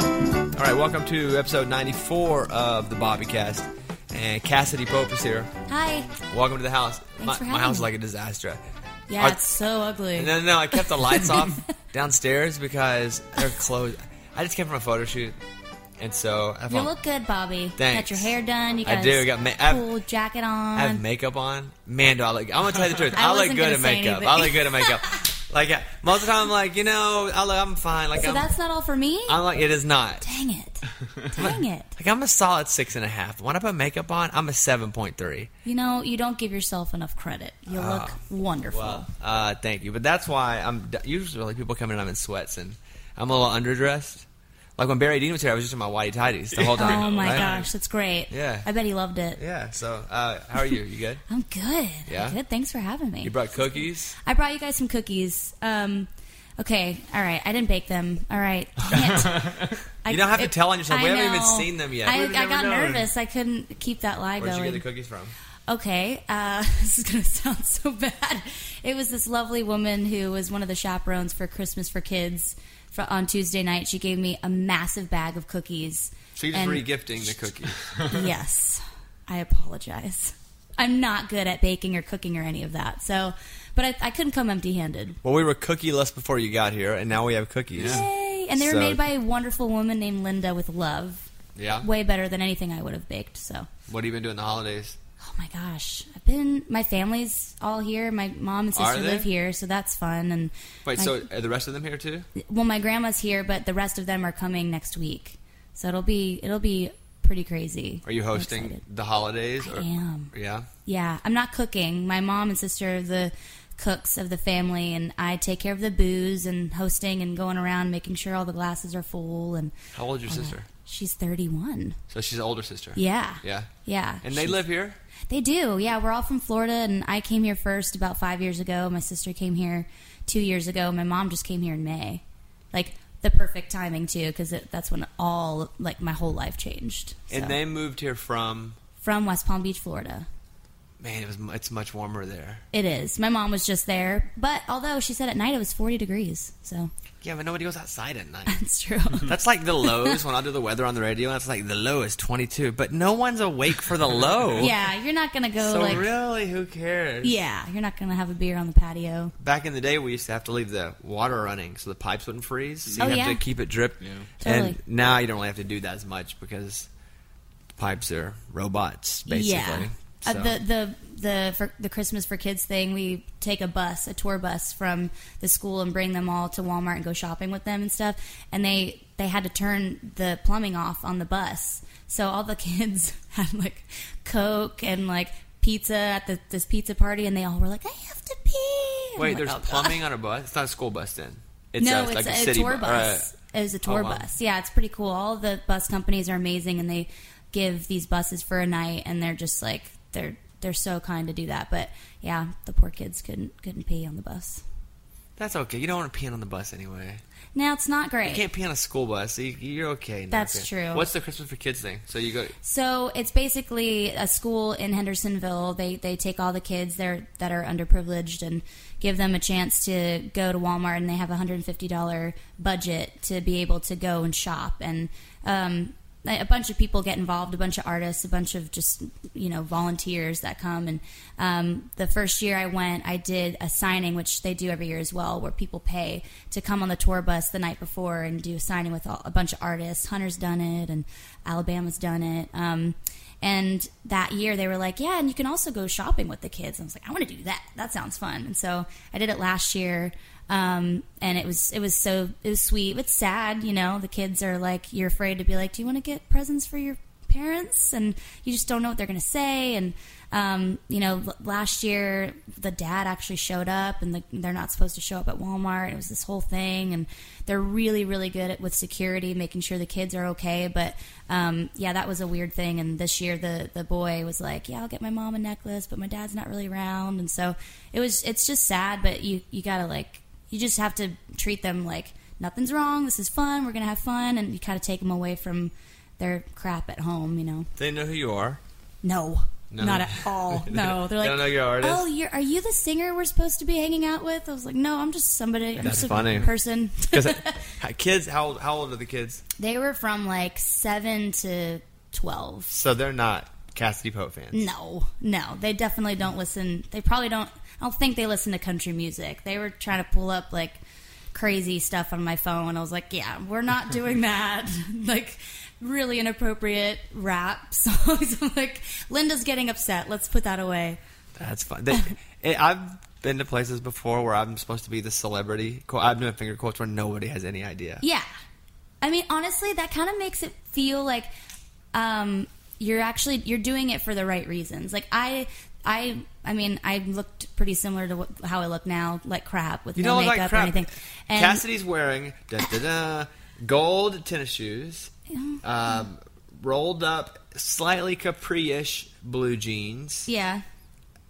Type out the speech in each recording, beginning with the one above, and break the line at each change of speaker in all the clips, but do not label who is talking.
All right, welcome to episode 94 of the Bobbycast. And Cassidy Pope is here.
Hi.
Welcome to the house. my,
for
my
having
house is
me.
like a disaster.
Yeah,
Are-
it's so ugly.
No, no, no. I kept the lights off downstairs because they're closed. I just came from a photo shoot, and so I
you
found,
look good, Bobby.
Thanks.
Got your hair done. You
I
got
do,
this
I got ma- I have-
cool jacket
I have
on.
makeup on. Man, do I look? I'm gonna tell you the truth.
I
I, look
wasn't
good
gonna
at
say
makeup.
anything.
I look good at makeup. like uh, most of the time, I'm like, you know, I look, I'm fine. Like
so
I'm,
that's not all for me.
I'm like, it is not.
Dang it! Dang it!
Like I'm a solid six and a half. When I put makeup on, I'm a seven point three.
You know you don't give yourself enough credit. You look wonderful.
Ah. Well, uh, thank you. But that's why I'm usually like people come in. I'm in sweats and I'm a little underdressed. Like when Barry Dean was here, I was just in my whitey tidies the whole time.
oh my
right?
gosh, that's great.
Yeah.
I bet he loved it.
Yeah. So uh, how are you? You good?
I'm good.
Yeah?
I'm good. Thanks for having me.
You brought cookies.
I brought you guys some cookies. Um, okay. All right. I didn't bake them. All right. Dang it. I,
You don't have to tell on yourself.
I
We haven't even
know.
seen them yet.
I,
We've
I
never
got
known.
nervous. I couldn't keep that lie
Where did
going.
you get the cookies from?
Okay, uh, this is going to sound so bad. It was this lovely woman who was one of the chaperones for Christmas for Kids fr on Tuesday night. She gave me a massive bag of cookies.
So you're just
And-
re-gifting the cookies.
yes, I apologize. I'm not good at baking or cooking or any of that. So, but I, I couldn't come empty-handed.
well, we were cookieless before you got here, and now we have cookies.
Yay! And they were
So-
made by a wonderful woman named Linda with love.
Yeah.
Way better than anything I would have baked. So.
What have you been doing the holidays?
Oh my gosh, I've been. My family's all here. My mom and
Are
sister
they?
live here, so that's fun. And
Wait,
my-
so are the rest of them here too?
well, my grandma's here, but the rest of them are coming next week. So it'll be it'll be pretty crazy.
Are you
I'm
hosting Uh,
excited.
the holidays?
I am.
Yeah.
Yeah, I'm not cooking. My mom and sister are the cooks of the family, and I take care of the booze and hosting and going around making sure all the glasses are full. And
How old's your sister?
she's 31.
So she's an older sister.
Yeah.
Yeah.
Yeah.
And they
She's-
live here.
They do, yeah. We're all from Florida, and I came here first about five years ago. My sister came here two years ago. My mom just came here in May, like the perfect timing too, because that's when all like my whole life changed. So,
And they moved here from.
from West Palm Beach, Florida.
Man, it was mu- it's much warmer there.
It is. My mom was just there, but although she said at night it was forty degrees, so
Yeah, but nobody goes outside at night.
that's true.
That's like the lows when I do the weather on the radio. That's like the low is 22, but no one's awake for the low.
yeah, you're not gonna go
So
like.
really, who cares?
Yeah, you're not gonna have a beer on the patio.
Back in the day, we used to have to leave the water running so the pipes wouldn't freeze. So you
Oh,
have to
yeah.
keep it drip.
Totally.
And now you don't really have to do that as much because pipes are robots, basically.
Yeah.
So,
Uh, the the the for the Christmas for kids thing, we take a bus, a tour bus from the school, and bring them all to Walmart and go shopping with them and stuff. And they they had to turn the plumbing off on the bus, so all the kids had like Coke and like pizza at the, this pizza party, and they all were like, "I have to pee." And I'm
wait,
like,
there's
"Oh, God."
plumbing on a bus? It's not a school bus then. It's
no,
a,
it's
like
a,
a city
tour
bu- or a-
bus. It was a tour
Oh, wow.
bus. Yeah, it's pretty cool. All the bus companies are amazing, and they give these buses for a night, and they're just like they're they're so kind to do that. But yeah, the poor kids couldn't couldn't pee on the bus.
That's okay. You don't want to pee on the bus anyway.
Now it's not
You
great.
can't pee on a school bus. You, you're okay. now.
That's
Okay.
true.
What's the Christmas for kids thing? So you go.
So it's basically a school in Hendersonville. They they take all the kids there that are underprivileged and give them a chance to go to Walmart, and they have a hundred and fifty dollar budget to be able to go and shop. And um, a bunch of people get involved, a bunch of artists, a bunch of just you know volunteers that come. And um, the first year I went, I did a signing, which they do every year as well, where people pay to come on the tour bus the night before and do a signing with all, a bunch of artists. Hunter's done it, and Alabama's done it. Um, and that year they were like, yeah, and you can also go shopping with the kids. And I was like, I want to do that. That sounds fun. And so I did it last year. Um, and it was, it was so, it was sweet. It's sad, you know, the kids are like, you're afraid to be like, do you want to get presents for your parents? And you just don't know what they're going to say. And, um, you know, l- last year the dad actually showed up and the, they're not supposed to show up at Walmart. It was this whole thing. And they're really, really good at, with security, making sure the kids are okay. But um, yeah, that was a weird thing. And this year the, the boy was like, yeah, I'll get my mom a necklace, but my dad's not really around. And so it was, it's just sad, but you, you gotta like, you just have to treat them like nothing's wrong. This is fun. We're going to have fun. And you kind of take them away from their crap at home, you know?
They know who you are.
No.
No.
Not at all. No, they're
They
like,
don't know you're an artist?
Oh, you're are you the singer we're supposed to be hanging out with? I was like, no, I'm just somebody. I'm
That's
just a
funny.
person.
Because kids, how old, how old are the kids?
they were from like seven to twelve.
So they're not Cassidy Pope
Mm.
fans.
No, no, they definitely don't listen. They probably don't. I don't think they listen to country music. They were trying to pull up like crazy stuff on my phone. I was like, yeah, we're not doing that. like really inappropriate rap songs. I'm like Linda's getting upset. Let's put that away.
That's fun. They, it, I've been to places before where I'm supposed to be the celebrity. qu- I'm doing finger quotes where nobody has any idea.
Yeah. I mean, honestly, that kind of makes it feel like um, you're actually you're doing it for the right reasons. Like I, I, I mean, I looked pretty similar to what, how I look now, like crap with
You
no
don't look
makeup
like
or
crap.
anything. And
Cassidy's wearing da, da, da, gold tennis shoes, um, rolled up, slightly capri-ish blue jeans,
yeah,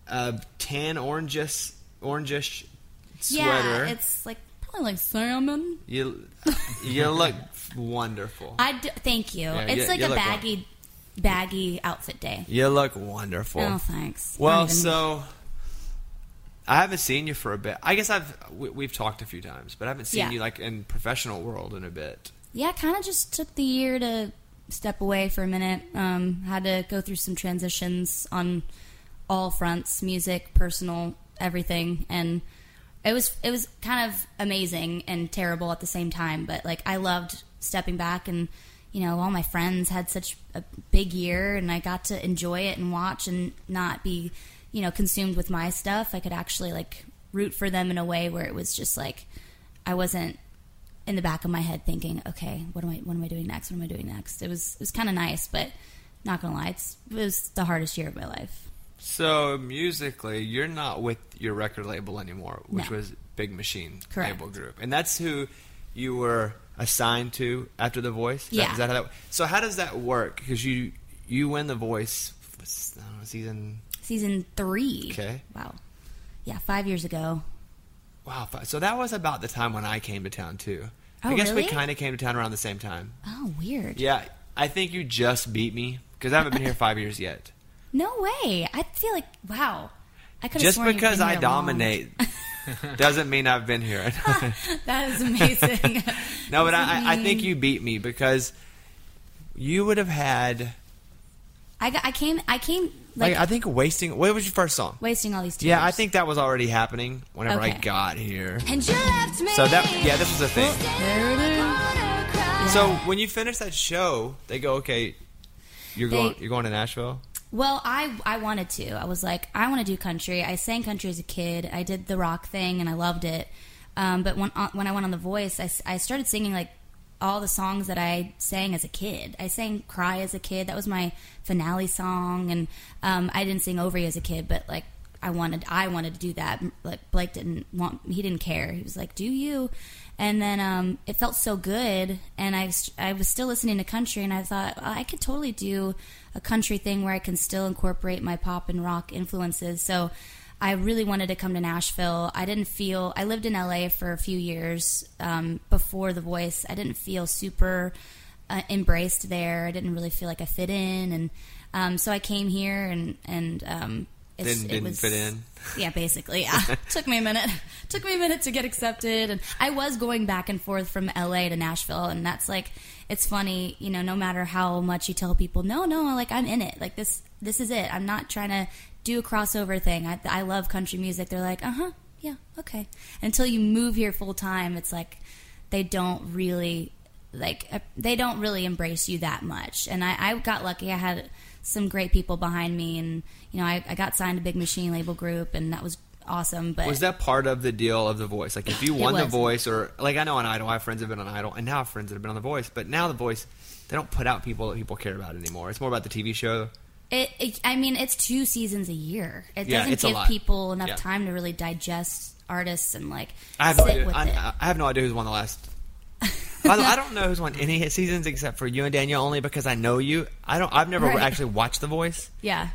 a tan orangish orangish
yeah,
sweater.
it's like probably like salmon.
you you look wonderful.
I d- thank you.
Yeah,
it's
you-
like
you
a
look well.
baggy, baggy outfit day.
you look wonderful.
Oh, thanks.
Well,
Not even-
so I haven't seen you for a bit. I guess I've we, we've talked a few times, but I haven't seen
Yeah.
you like in professional world in a bit.
yeah, kind of just took the year to step away for a minute. Um, had to go through some transitions on all fronts, music, personal, everything, and it was it was kind of amazing and terrible at the same time. But like, I loved stepping back, and you know, all my friends had such a big year, and I got to enjoy it and watch and not be you know consumed with my stuff. I could actually like root for them in a way where it was just like I wasn't in the back of my head thinking, okay, what am I what am I doing next? What am I doing next? It was it was kind of nice, but not gonna lie, it's, it was the hardest year of my life.
So musically, you're not with your record label anymore, which
No.
was Big Machine
Correct.
Label Group, and that's who you were assigned to after The Voice. Is that-
Yeah.
is that how that? So how does that work? Because you you win The Voice. was- I don't know, season.
Season three.
Okay.
Wow. Yeah, five years ago.
Wow. fi- So that was about the time when I came to town too. I
Oh,
guess we
really?
kind of came to town around the same time.
Oh, weird.
Yeah, I think you just beat me because I haven't been here five years yet.
No way. I feel like wow. I could
Just because I dominate doesn't mean I've been here.
That is amazing.
no, but I, I- I think you beat me because you would have had.
I, got, I came I came like,
Like, I think wasting. What was your first song?
wasting all these tears.
Yeah, I think that was already happening whenever I
Okay.
got here.
And you left me.
So that yeah, this was a thing.
There it is.
So when you finish that show, they go, okay, you're
They-
going, you're going to Nashville.
Well, I I wanted to. I was like, I want to do country. I sang country as a kid. I did the rock thing, and I loved it. Um, but when uh, when I went on The Voice, I, s- I started singing like all the songs that I sang as a kid. I sang "Cry" as a kid. That was my finale song, and um, I didn't sing "Over You" as a kid, but like. I wanted, I wanted to do that. M- Like Blake didn't want, he didn't care. He was like, "Do you?" And then um, it felt so good, and I, st- I was still listening to country, and I thought "Oh, I could totally do a country thing where I can still incorporate my pop and rock influences. So I really wanted to come to Nashville. I didn't feel I lived in LA for a few years um, before The Voice. I didn't feel super uh, embraced there. I didn't really feel like I fit in, and um, so I came here and and um, it's-
Didn't- didn't fit in.
yeah, basically. Yeah. Took me a minute. Took me a minute to get accepted. And I was going back and forth from LA to Nashville. And that's like, it's funny, you know, no matter how much you tell people, no, no, like I'm in it. Like this, this is it. I'm not trying to do a crossover thing. I, I love country music. They're like, uh huh. Yeah. Okay. Until you move here full time, it's like they don't really like uh, they don't really embrace you that much and I, I got lucky i had some great people behind me and you know I, I got signed to big machine label group and that was awesome but
Was that part of the deal of The Voice? Like, if you
It
won The
was.
Voice, or like I know on Idol, I have friends that have been on Idol, and now I have friends that have been on The Voice, but now The Voice, they don't put out people that people care about anymore. It's more about the TV show.
It, it, I mean, it's two seasons a year. It
Yeah,
doesn't
it's a
give
lot.
people enough
Yeah.
time to really digest artists and like
I have no
sit
idea.
with
I,
it.
I- I have no idea who's won the last. By the way, I don't know who's won any seasons except for you and Danielle, only because I know you. I don't. I've never
Right.
actually watched The Voice.
yeah,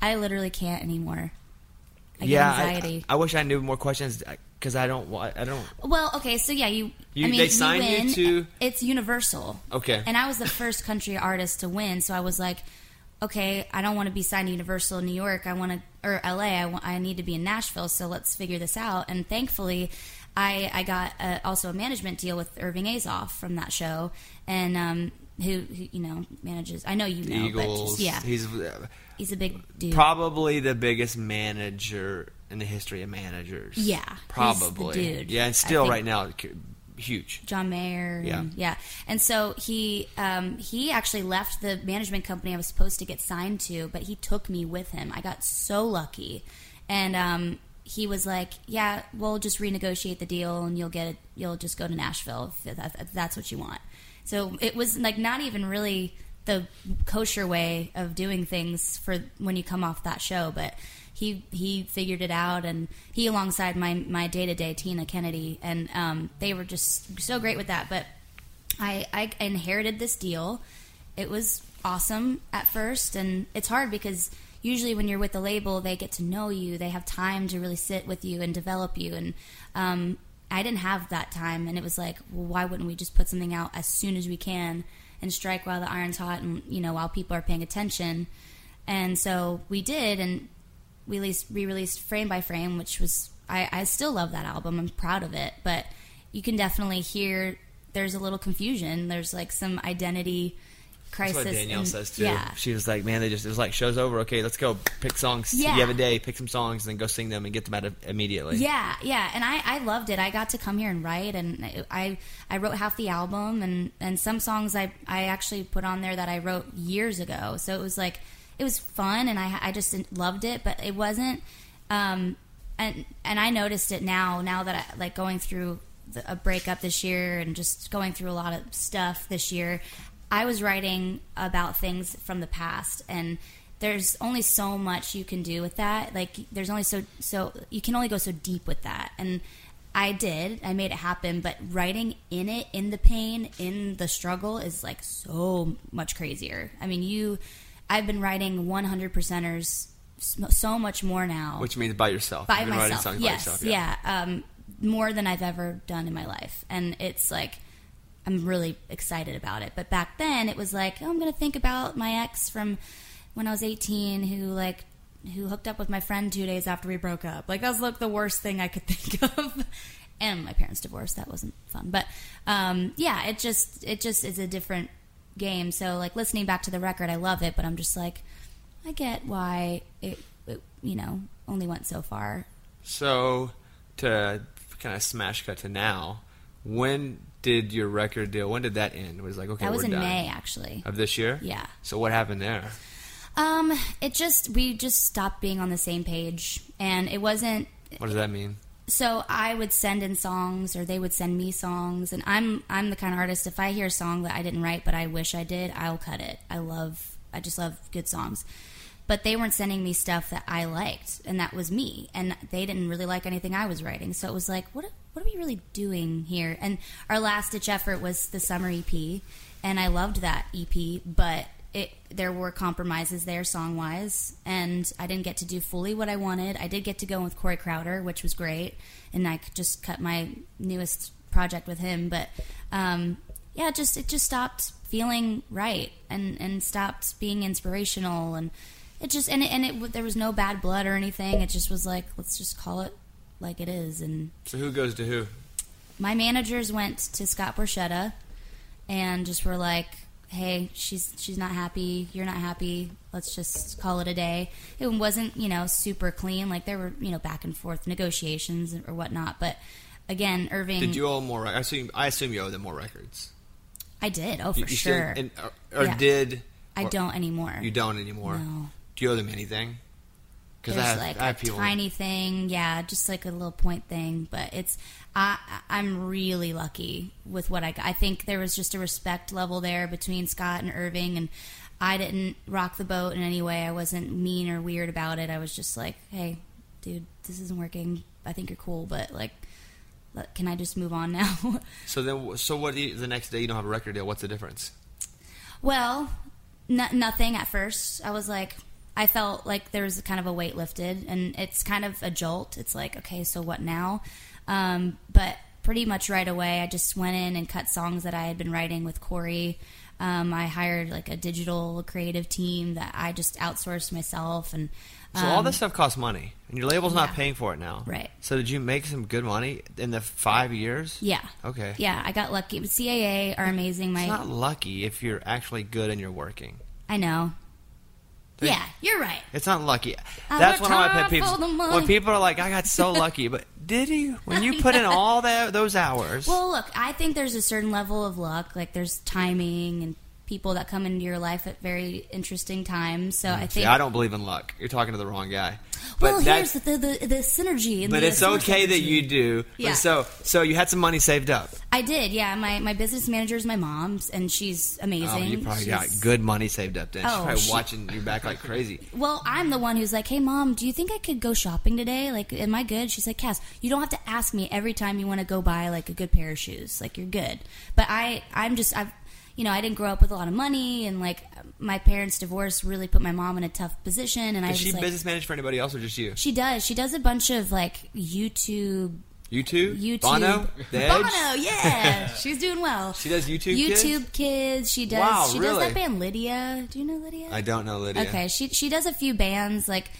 I literally can't anymore. I get
yeah,
anxiety.
I, I wish I knew more questions because I don't. wa- I don't.
well, okay, so yeah, you.
You-
I mean,
they signed you
win.
to-
It's Universal.
Okay.
And I was the first country artist to win, so I was like, okay, I don't want to be signed to Universal in New York. I want to, or LA, I, want, I need to be in Nashville. So let's figure this out. And thankfully, I, I got uh also a management deal with Irving Azoff from that show. And, um, who, who, you know, manages, I know you know,
Eagles.
but just, yeah,
He's uh,
he's a big dude.
probably the biggest manager in the history of managers.
Yeah, he's the
Probably.
dude,
yeah, and
I
still
think.
right now c- huge.
John Mayer.
Yeah.
And, yeah. And so he um, he actually left the management company I was supposed to get signed to, but he took me with him. I got so lucky, and um, he was like, "Yeah, we'll just renegotiate the deal, and you'll get you'll just go to Nashville if, that, if that's what you want." So it was like not even really the kosher way of doing things for when you come off that show, but he he figured it out, and he alongside my my day to day Tina Kennedy, and um, they were just so great with that. But I I inherited this deal. It was awesome at first, and it's hard because usually when you're with a label, they get to know you. They have time to really sit with you and develop you, and um, I didn't have that time, and it was like, well, why wouldn't we just put something out as soon as we can and strike while the iron's hot, and you know while people are paying attention. And so we did, and we released, re-released frame by frame, which was I, I still love that album. I'm proud of it, but you can definitely hear there's a little confusion. There's like some identity
That's
crisis.
what Danielle
and-
says too.
Yeah,
She was like, "Man, they just it was like show's over. Okay, let's go pick songs.
Yeah.
You have a day, pick some songs, and then go sing them and get them out of, immediately."
yeah, yeah. And I, I loved it. I got to come here and write, and I I wrote half the album, and and some songs I I actually put on there that I wrote years ago. So it was like it was fun, and I I just loved it, but it wasn't. Um, and and I noticed it now. Now that I like going through the, a breakup this year and just going through a lot of stuff this year, I was writing about things from the past, and there's only so much you can do with that. Like there's only so so you can only go so deep with that, and. I did. I made it happen, but writing in it, in the pain, in the struggle is like so much crazier. I mean, you, I've been writing 100%ers so- so much more now
Which means by yourself.
by
You've been writing
myself.
songs by
yes,
yourself,
yeah, Um, more than I've ever done in my life, and it's like I'm really excited about it. But back then, it was like oh, I'm going to think about my ex from when I was 18, who like who hooked up with my friend two days after we broke up. Like that was like the worst thing I could think of. And my parents divorced. That wasn't fun, but um, yeah, it just it just is a different game. So like listening back to the record, I love it, but I'm just like, I get why it, it you know only went so far.
So to kind of smash cut to now, when did your record deal? When did that end? Was it like okay,
That was
we're
in
done
May, actually.
of this year.
Yeah.
So what happened there?
Um, it just we just stopped being on the same page, and it wasn't.
What does that mean?
So I would send in songs, or they would send me songs, and I'm I'm the kind of artist. If I hear a song that I didn't write, but I wish I did, I'll cut it. I love, I just love good songs. But they weren't sending me stuff that I liked, and that was me. And they didn't really like anything I was writing, so it was like, what what are we really doing here? And our last ditch effort was the summer E EP, and I loved that EP, but it there were compromises there song wise, and I didn't get to do fully what I wanted. I did get to go with Corey Crowder, which was great, and I could just cut my newest project with him. But um, yeah, it just it just stopped feeling right, and and stopped being inspirational, and it just and it, and it w- there was no bad blood or anything. It just was like let's just call it like it is, and
So who goes to who?
my managers went to Scott Borchetta and just were like, "Hey, she's she's not happy. You're not happy. Let's just call it a day." It wasn't you know super clean. Like there were you know back and forth negotiations or whatnot. But again, Irving,
Did you owe more? rec- I assume I assume you owe them more records.
I did. Oh, for
You- you still-
sure.
and, uh, or or
Yeah.
did
I
or-
don't anymore.
You don't anymore.
No.
Do you owe them anything? Because I
There's
have,
like
I have
a
people.
tiny thing, yeah, just like a little point thing. But it's I I- I'm really lucky with what I got. I think there was just a respect level there between Scott and Irving, and I didn't rock the boat in any way. I wasn't mean or weird about it. I was just like, hey, dude, this isn't working. I think you're cool, but like, let- can I just move on now?
So then, so what? do you- the next day, you don't have a record deal. What's the difference?
Well, n- nothing at first. I was like, I felt like there was kind of a weight lifted, and it's kind of a jolt. It's like, okay, so what now? Um, but pretty much right away. I just went in and cut songs that I had been writing with Corey. Um, I hired like a digital creative team that I just outsourced myself, and um,
So all this stuff costs money, and your label's not
yeah.
paying for it now.
Right.
So did you make some good money in the five years?
yeah,
Okay.
yeah, I got lucky. But CAA are amazing. My
It's not lucky if you're actually good and you're working.
I know.
They-
yeah, you're right.
It's not lucky.
I
That's
worked
one of my
hard
pet
for the
peeves.
money.
When people are like, "I got so lucky," but did you? When you put in all that those hours,
Well, look, I think there's a certain level of luck. Like there's timing and people that come into your life at very interesting times. So I
Mm, See,
think.
I don't believe in luck. You're talking to the wrong guy. But
well,
that-
here's the, the, the, the synergy. And
but
the
it's okay that
synergy.
you do. But
Yeah.
So so you had some money saved up.
I did, yeah. My my business manager is my mom's, and she's amazing.
Oh, you probably
She's-
got good money saved up then. She's
Oh,
probably
she-
watching your back like crazy.
Well, I'm the one who's like, "Hey, mom, do you think I could go shopping today? Like, am I good?" She's like, "Cass, you don't have to ask me every time you want to go buy like a good pair of shoes. Like, you're good." But I, I'm just, I've, you know, I didn't grow up with a lot of money, and like my parents' divorce really put my mom in a tough position. And I
Is
was
she
like,
business managed for anybody else or just you?
she does, she does a bunch of like YouTube,
You too?
YouTube,
Bono? The Edge?
Bono, yeah, she's doing well.
She does YouTube kids?
YouTube kids. She does.
Wow,
she does
really?
that band Lydia. Do you know Lydia?
I don't know Lydia.
Okay, she she does a few bands. Like,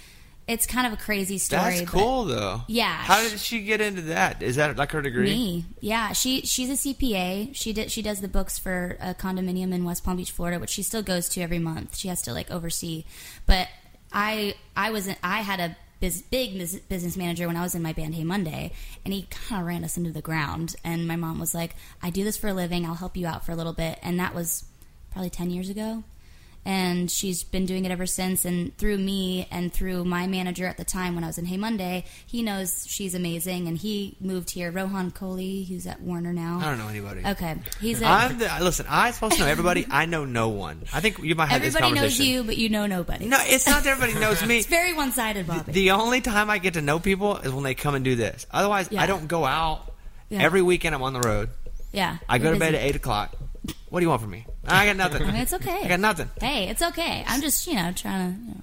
it's kind of a crazy story.
That's
but
cool though.
Yeah,
How
she-
did she get into that? Is that like her degree?
Me, yeah. She she's a CPA. She did she does the books for a condominium in West Palm Beach, Florida, which she still goes to every month. She has to like oversee. But I I wasn't. I had a bus- big bus- business manager when I was in my band Hey Monday, and he kind of ran us into the ground. And my mom was like, "I do this for a living. I'll help you out for a little bit." And that was probably ten years ago. and she's been doing it ever since and through me and through my manager at the time when i was in hey monday he knows she's amazing and he moved here rohan kohli who's at warner now
I don't know anybody.
okay he's a
I'm the, listen, I'm supposed to know everybody. I know no one. I think you might have this
everybody knows
conversation.
you but you know nobody
No, it's not that everybody knows me.
it's very one-sided bobby
The only time I get to know people is when they come and do this. Otherwise,
Yeah.
I don't go out.
Yeah.
Every weekend I'm on the road.
yeah
I go
you're
to bed
busy.
at eight o'clock. What do you want from me? I got nothing.
I mean, it's okay
I got nothing.
hey it's okay i'm just you know trying to you know.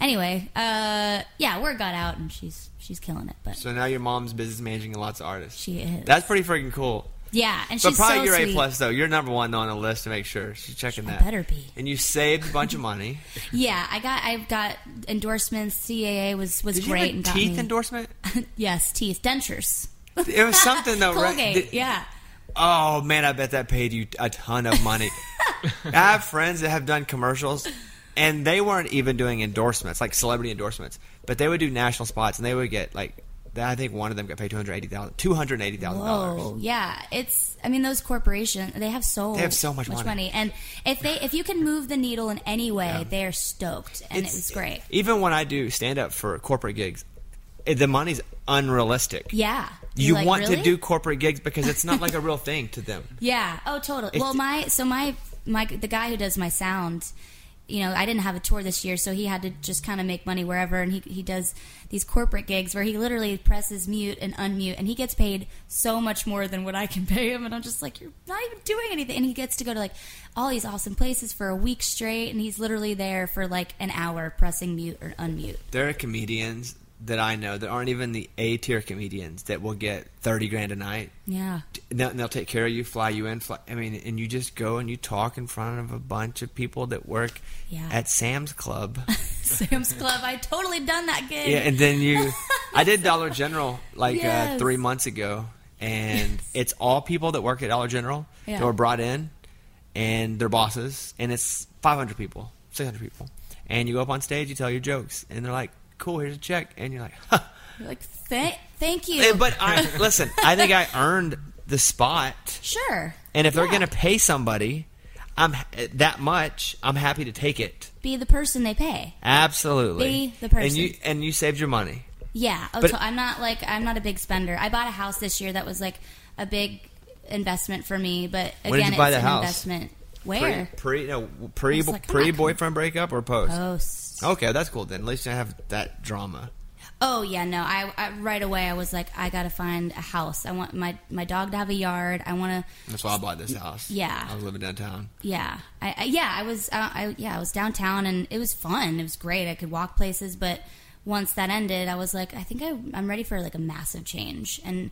anyway uh yeah word got out and she's she's killing it but
So now your mom's business managing lots of artists.
she is
That's pretty freaking cool.
yeah and
So
she's
probably
so
you're
sweet.
A plus though. You're number one on the list to make sure she's checking
I
that.
better be.
And you saved a bunch of money.
Yeah, I got I got endorsements. CAA was was
Did you
great
have a
and got
teeth
me.
endorsement?
yes, teeth dentures.
It was something though, right?
Colgate,
Did-
yeah.
Oh man, I bet that paid you a ton of money. I have friends that have done commercials and they weren't even doing endorsements, like celebrity endorsements, but they would do national spots and they would get like I think one of them got paid two hundred eighty thousand two hundred eighty thousand dollars.
Whoa, yeah. It's I mean those corporations they have so
They have so much money.
and if they if you can move the needle in any way, they are stoked, and it was great.
Even when I do stand up for corporate gigs, it- the money's unrealistic.
Yeah,
You
You're like,
want to
"Really?"
do corporate gigs because it's not like a real thing to them.
Yeah. Oh, totally. well, my so my my the guy who does my sound, you know, I didn't have a tour this year, so he had to just kind of make money wherever, and he he does these corporate gigs where he literally presses mute and unmute, and he gets paid so much more than what I can pay him, and I'm just like, you're not even doing anything, and he gets to go to like all these awesome places for a week straight, and he's literally there for like an hour pressing mute or unmute.
There are comedians that I know that aren't even the A tier comedians that will get thirty grand a night.
Yeah.
And they'll- and they'll take care of you, fly you in. Fly, I mean, and you just go and you talk in front of a bunch of people that work
Yeah.
at Sam's Club.
Sam's Club. I totally done that gig.
yeah, and then you, I did Dollar General like uh,
Yes.
three months ago, and it's all people that work at Dollar General
Yeah.
that were brought in, and their bosses, and it's 500 people, 600 people, and you go up on stage, you tell your jokes, and they're like, "Cool, here's a check," and you're like, huh.
You're like, thank thank you.
Eh, "But I listen, I think I earned the spot."
sure.
And if they're
Yeah.
going to pay somebody, I'm that much. I'm happy to take it.
be the person they pay.
Absolutely.
Be the person.
And you and you saved your money.
Yeah. Oh,
But-
so I'm not like I'm not a big spender. I bought a house this year that was like a big investment for me, but again,
When did you buy
it's
the
an
house?
investment. Where?
Pre pre no, pre
was like, I'm
pre
not
boyfriend breakup or post?
Oh, Post.
Okay, that's cool then. At least I have that drama.
Oh yeah, no. I, I right away I was like, I gotta find a house. I want my my dog to have a yard. I want to
That's why I bought this house.
Yeah.
I was living downtown.
Yeah, I, I yeah, I was uh, I yeah, I was downtown and it was fun. It was great. I could walk places, but once that ended, I was like, I think I, I'm ready for like a massive change. And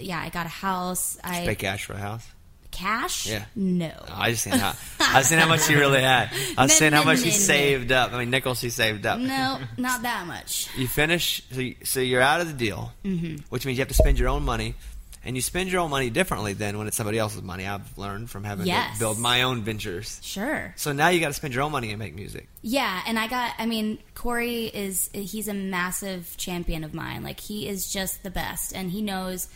yeah, I got a house. I
Pay cash for a house.
cash.
Yeah.
No.
I just seen how I seen how much you really had. I
No,
seen how
no,
much
no,
you
no.
saved up. I mean, nickels you saved up.
no, not that much.
You finish, so, you, so you're out of the deal,
Mm-hmm.
which means you have to spend your own money, and you spend your own money differently than when it's somebody else's money. I've learned from having
Yes.
to build my own ventures.
Sure.
So now you got to spend your own money and make music.
Yeah, and I got I mean, Corey is he's a massive champion of mine. Like he is just the best and he knows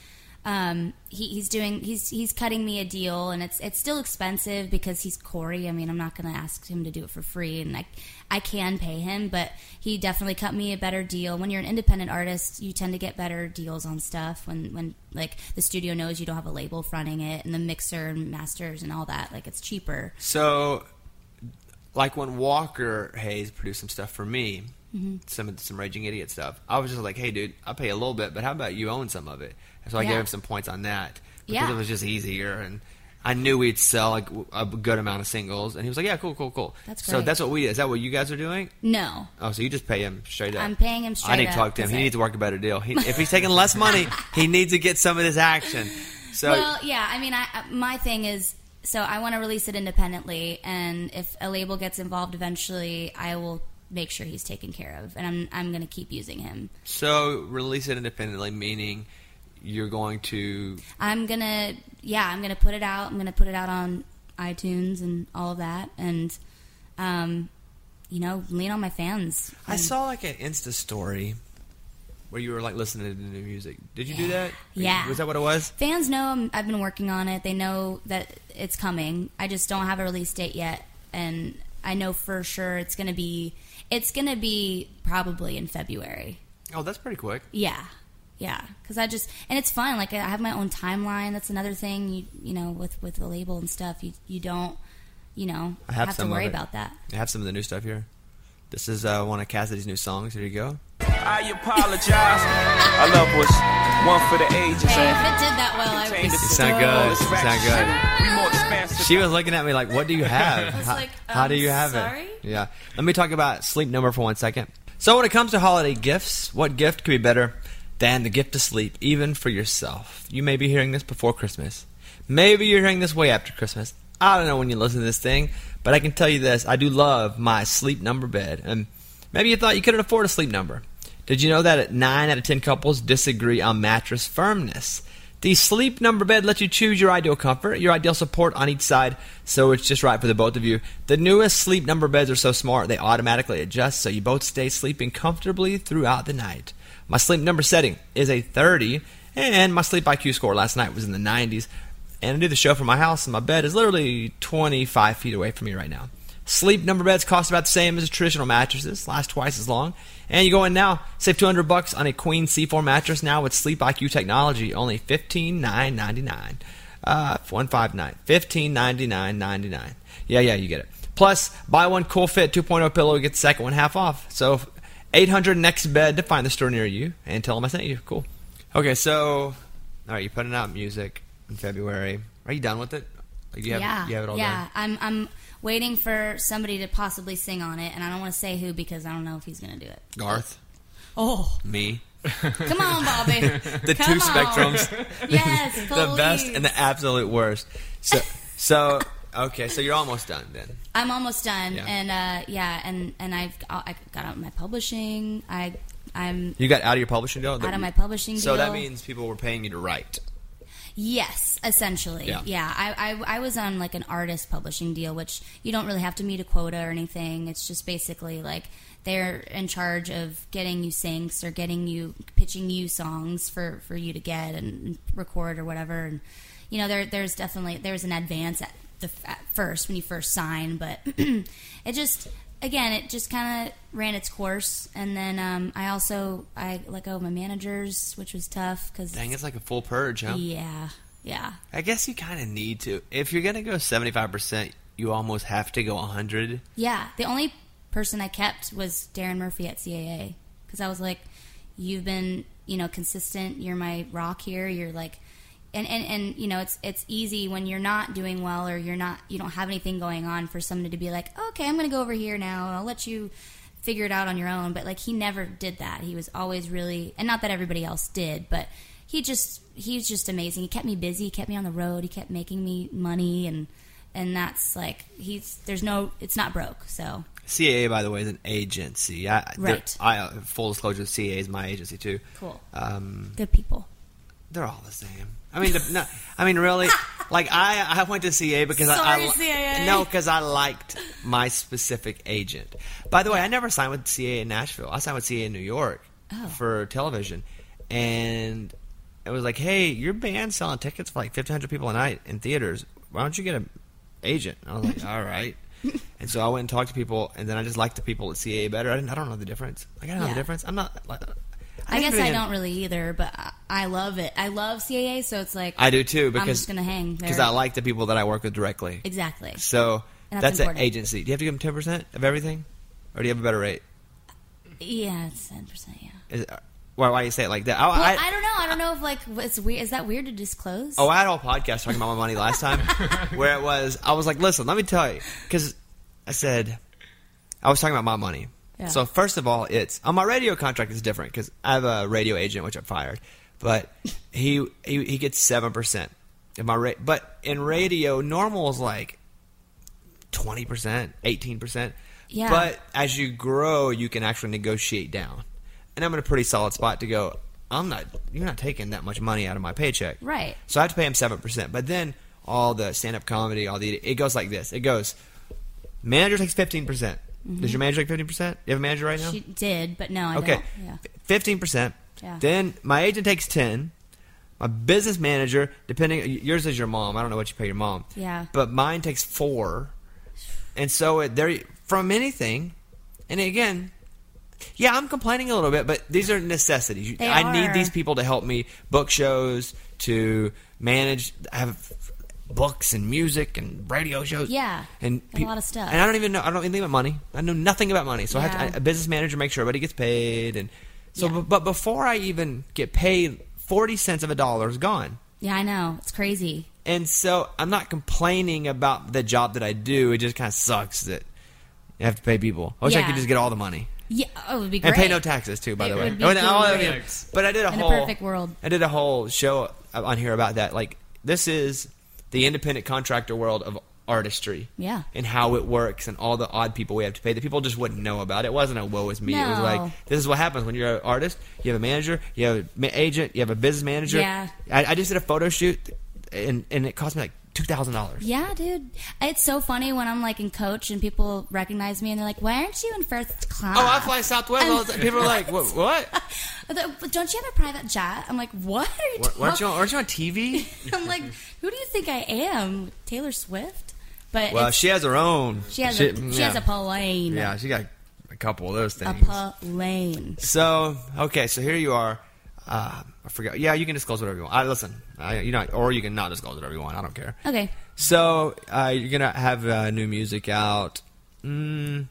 um he, he's doing he's he's cutting me a deal and it's it's still expensive because he's Corey. I mean, I'm not gonna ask him to do it for free and I I can pay him, but he definitely cut me a better deal. When you're an independent artist, you tend to get better deals on stuff when when like the studio knows you don't have a label fronting it and the mixer and masters and all that, like it's cheaper.
So, like when Walker Hayes produced some stuff for me,
Mm-hmm.
some of some Raging Idiot stuff, I was just like, "Hey, dude, I'll pay a little bit, but how about you own some of it?" And so I gave
Yeah.
him some points on that because
Yeah.
it was just easier, and I knew we'd sell like w- a good amount of singles. And he was like, "Yeah, cool, cool, cool."
That's
So
great.
that's what we. Is that what you guys are doing?
No.
Oh, so you just pay him straight up.
I'm paying him straight
I need to
up
talk to him.
'cause
He
I-
needs to work a better deal. He, if he's taking less money, he needs to get some of this action. So
well, yeah. I mean, I I- my thing is so I want to release it independently, and if a label gets involved eventually, I will make sure he's taken care of, and I'm I'm going to keep using him.
So release it independently, meaning you're going to
I'm gonna yeah, I'm gonna put it out. I'm gonna put it out on iTunes and all of that, and um, you know, lean on my fans.
I saw like an Insta story where you were like listening to new music. Did you do that?
Yeah.
Was that what it was?
Fans know I'm, I've been working on it. They know that it's coming. I just don't have a release date yet, and I know for sure it's gonna be it's gonna be probably in February.
Oh, that's pretty quick.
Yeah, yeah. Because I just and it's fun. Like I have my own timeline. That's another thing. You you know with with the label and stuff. You you don't you know
I have
to
some of
worry
it.
about that.
I have some of the new stuff here. This is uh, one of Cassidy's new songs. Here you go.
I apologize. I love what's one for the ages.
Hey, if
and
it did that well, I would be
It
You
so
sound good. You
it's
sound good.
We more expansive.
She was looking at me like, "What do you have?
was
how,
like,
how do
um,
you have
sorry?
it?" Yeah. Let me talk about sleep number for one second. So, when it comes to holiday gifts, what gift could be better than the gift of sleep, even for yourself? You may be hearing this before Christmas. Maybe you're hearing this way after Christmas. I don't know when you listen to this thing, but I can tell you this: I do love my sleep number bed, and maybe you thought you couldn't afford a sleep number. Did you know that at nine out of ten couples disagree on mattress firmness? The Sleep Number bed lets you choose your ideal comfort, your ideal support on each side, so it's just right for the both of you. The newest Sleep Number beds are so smart, they automatically adjust so you both stay sleeping comfortably throughout the night. My Sleep Number setting is a 30, and my Sleep IQ score last night was in the 90s. And I do the show from my house, and my bed is literally 25 feet away from me right now. Sleep number beds cost about the same as traditional mattresses, last twice as long. And you go in now, save 200 bucks on a queen C4 mattress now with Sleep IQ technology, only 15999 Uh, 159 $15,999.99. Yeah, yeah, you get it. Plus, buy one Cool Fit 2.0 pillow, get the second one half off. So, 800 next bed to find the store near you and tell them I sent you. Cool. Okay, so, all right, you're putting out music in February. Are you done with it? Like, you have,
yeah,
you have it all
yeah.
done?
I'm I'm waiting for somebody to possibly sing on it, and I don't want to say who because I don't know if he's gonna do it.
Garth?
Oh,
Me?
come on, Bobby.
the
Come
two
on.
spectrums,
Yes, please.
the best and the absolute worst. So, so okay, so you're almost done then.
I'm almost done,
Yeah.
and uh, yeah, and and I've I got out my publishing. I I'm
You got out of your publishing deal.
out of my publishing.
So that
deal.
means people were paying you to write.
Yes, essentially.
Yeah.
Yeah. I, I I was on like an artist publishing deal, which you don't really have to meet a quota or anything. It's just basically like they're in charge of getting you syncs or getting you pitching you songs for for you to get and record or whatever. And you know, there there's definitely there's an advance at the at first when you first sign, but it just again it just kind of ran its course and then um, i also i let go of my managers which was tough because
Dang, it's like a full purge, huh?
yeah yeah
I guess you kind of need to. If you're gonna go 75, percent you almost have to go 100.
Yeah, the only person I kept was Darren Murphy at CAA because I was like, "You've been, you know, consistent. You're my rock here. You're like, and and and you know, it's it's easy when you're not doing well or you're not you don't have anything going on for somebody to be like, okay, I'm gonna go over here now. I'll let you figure it out on your own. But like, he never did that. He was always really, and not that everybody else did, but he just he's just amazing. He kept me busy. He kept me on the road. He kept making me money, and and that's like he's there's no it's not broke. So
CAA, by the way, is an agency. I, I-
Right.
they're- I, uh, full disclosure, CAA is my agency too.
cool.
Um,
Good people.
they're all the same. I mean, the, no, I mean, really, like I, I went to CA because I, I
Sorry,
li-
CAA.
no, because I liked my specific agent. By the way, I never signed with CA in Nashville. I signed with CA in New York
Oh.
for television, and it was like, hey, your band's selling tickets for like fifteen hundred people a night in theaters. Why don't you get an agent? And I was like, all right. And so I went and talked to people, and then I just liked the people at CA better. I didn't. I don't know the difference. Like I don't know
Yeah.
the difference. I'm not. Like,
I guess
didn't
I
even-
don't really either, but I, I love it. I love CAA, so it's like
I do too because
I'm just gonna hang there.
because I like the people that I work with directly.
exactly.
So
And that's
that's, an
important.
agency. Do you have to give them ten percent of everything, or do you have a better rate?
Yeah, it's ten percent. Yeah.
Is it, why why you say it like that? Oh,
Well, I, don't know. I don't know if like it's weird. Is that weird to disclose?
Oh, I had a whole podcast talking about my money last time, where it was I was like, listen, let me tell you, because I said I was talking about my money.
Yeah.
So first of all, it's on my radio contract is different because I have a radio agent which I fired, but he he, he gets seven percent in my rate. But in radio, normal is like twenty percent, eighteen percent.
Yeah.
But as you grow, you can actually negotiate down, and I'm in a pretty solid spot to go. I'm not. You're not taking that much money out of my paycheck.
Right.
So I have to pay him seven percent. But then all the stand up comedy, all the it goes like this. It goes manager takes fifteen percent. Does your manager take fifteen percent? You have a manager right now?
Mm-hmm. she did, but no, I
okay.
don't. Yeah.
Fifteen percent.
Yeah.
Then my agent takes ten. My business manager, depending yours is your mom. I don't know what you pay your mom.
Yeah.
But mine takes four. And so it there from anything and again yeah, I'm complaining a little bit, but these are necessities. You-
They
I
are.
need these people to help me book shows, to manage, I have books and music and radio shows.
Yeah,
and
a lot of stuff.
And I don't even know. I don't anything about money. I know nothing about money, so I have
Yeah.
to, I, a business manager makes sure everybody gets paid. And so,
Yeah.
bu- but before I even get paid, forty cents of a dollar is gone.
Yeah, I know. It's crazy.
And so I'm not complaining about the job that I do. It just kind of sucks that I have to pay people. I wish I
Yeah.
could just get all the money
Yeah. Oh, it would be great.
and pay no taxes too. By
It
the way,
would be
Oh, and I- I
great.
mean, but I did a
In a
whole
perfect world.
I did a whole show on here about that. Like this is the independent contractor world of artistry,
Yeah.
and how it works, and all the odd people we have to pay. The people just wouldn't know about it. It wasn't a woe is me. It was
No.
like this is what happens when you're an artist. You have a manager, you have an agent, you have a business manager.
Yeah.
I, I just did a photo shoot, and and it cost me like two thousand dollars.
Yeah, dude. It's so funny when I'm like in coach and people recognize me and they're like, "Why aren't you in first class?"
Oh, I fly Southwest. all the time. People are like,
What?
"What? what?
But don't you have a private jet? I'm like, what are you
Wh- Aren't you
talking?
on, aren't you on TV?"
I'm like, who do you think I am, Taylor Swift? But
Well,
it's-
she has her own.
she has a, she has a plane,
Yeah, she got a couple of those
a
things.
plane.
so okay, so here you are. Uh, I forgot. Yeah, you can disclose whatever you want. I listen. I, you know, or you can not disclose whatever you want. I don't care.
Okay,
So uh, you're gonna have uh, new music out. Mm,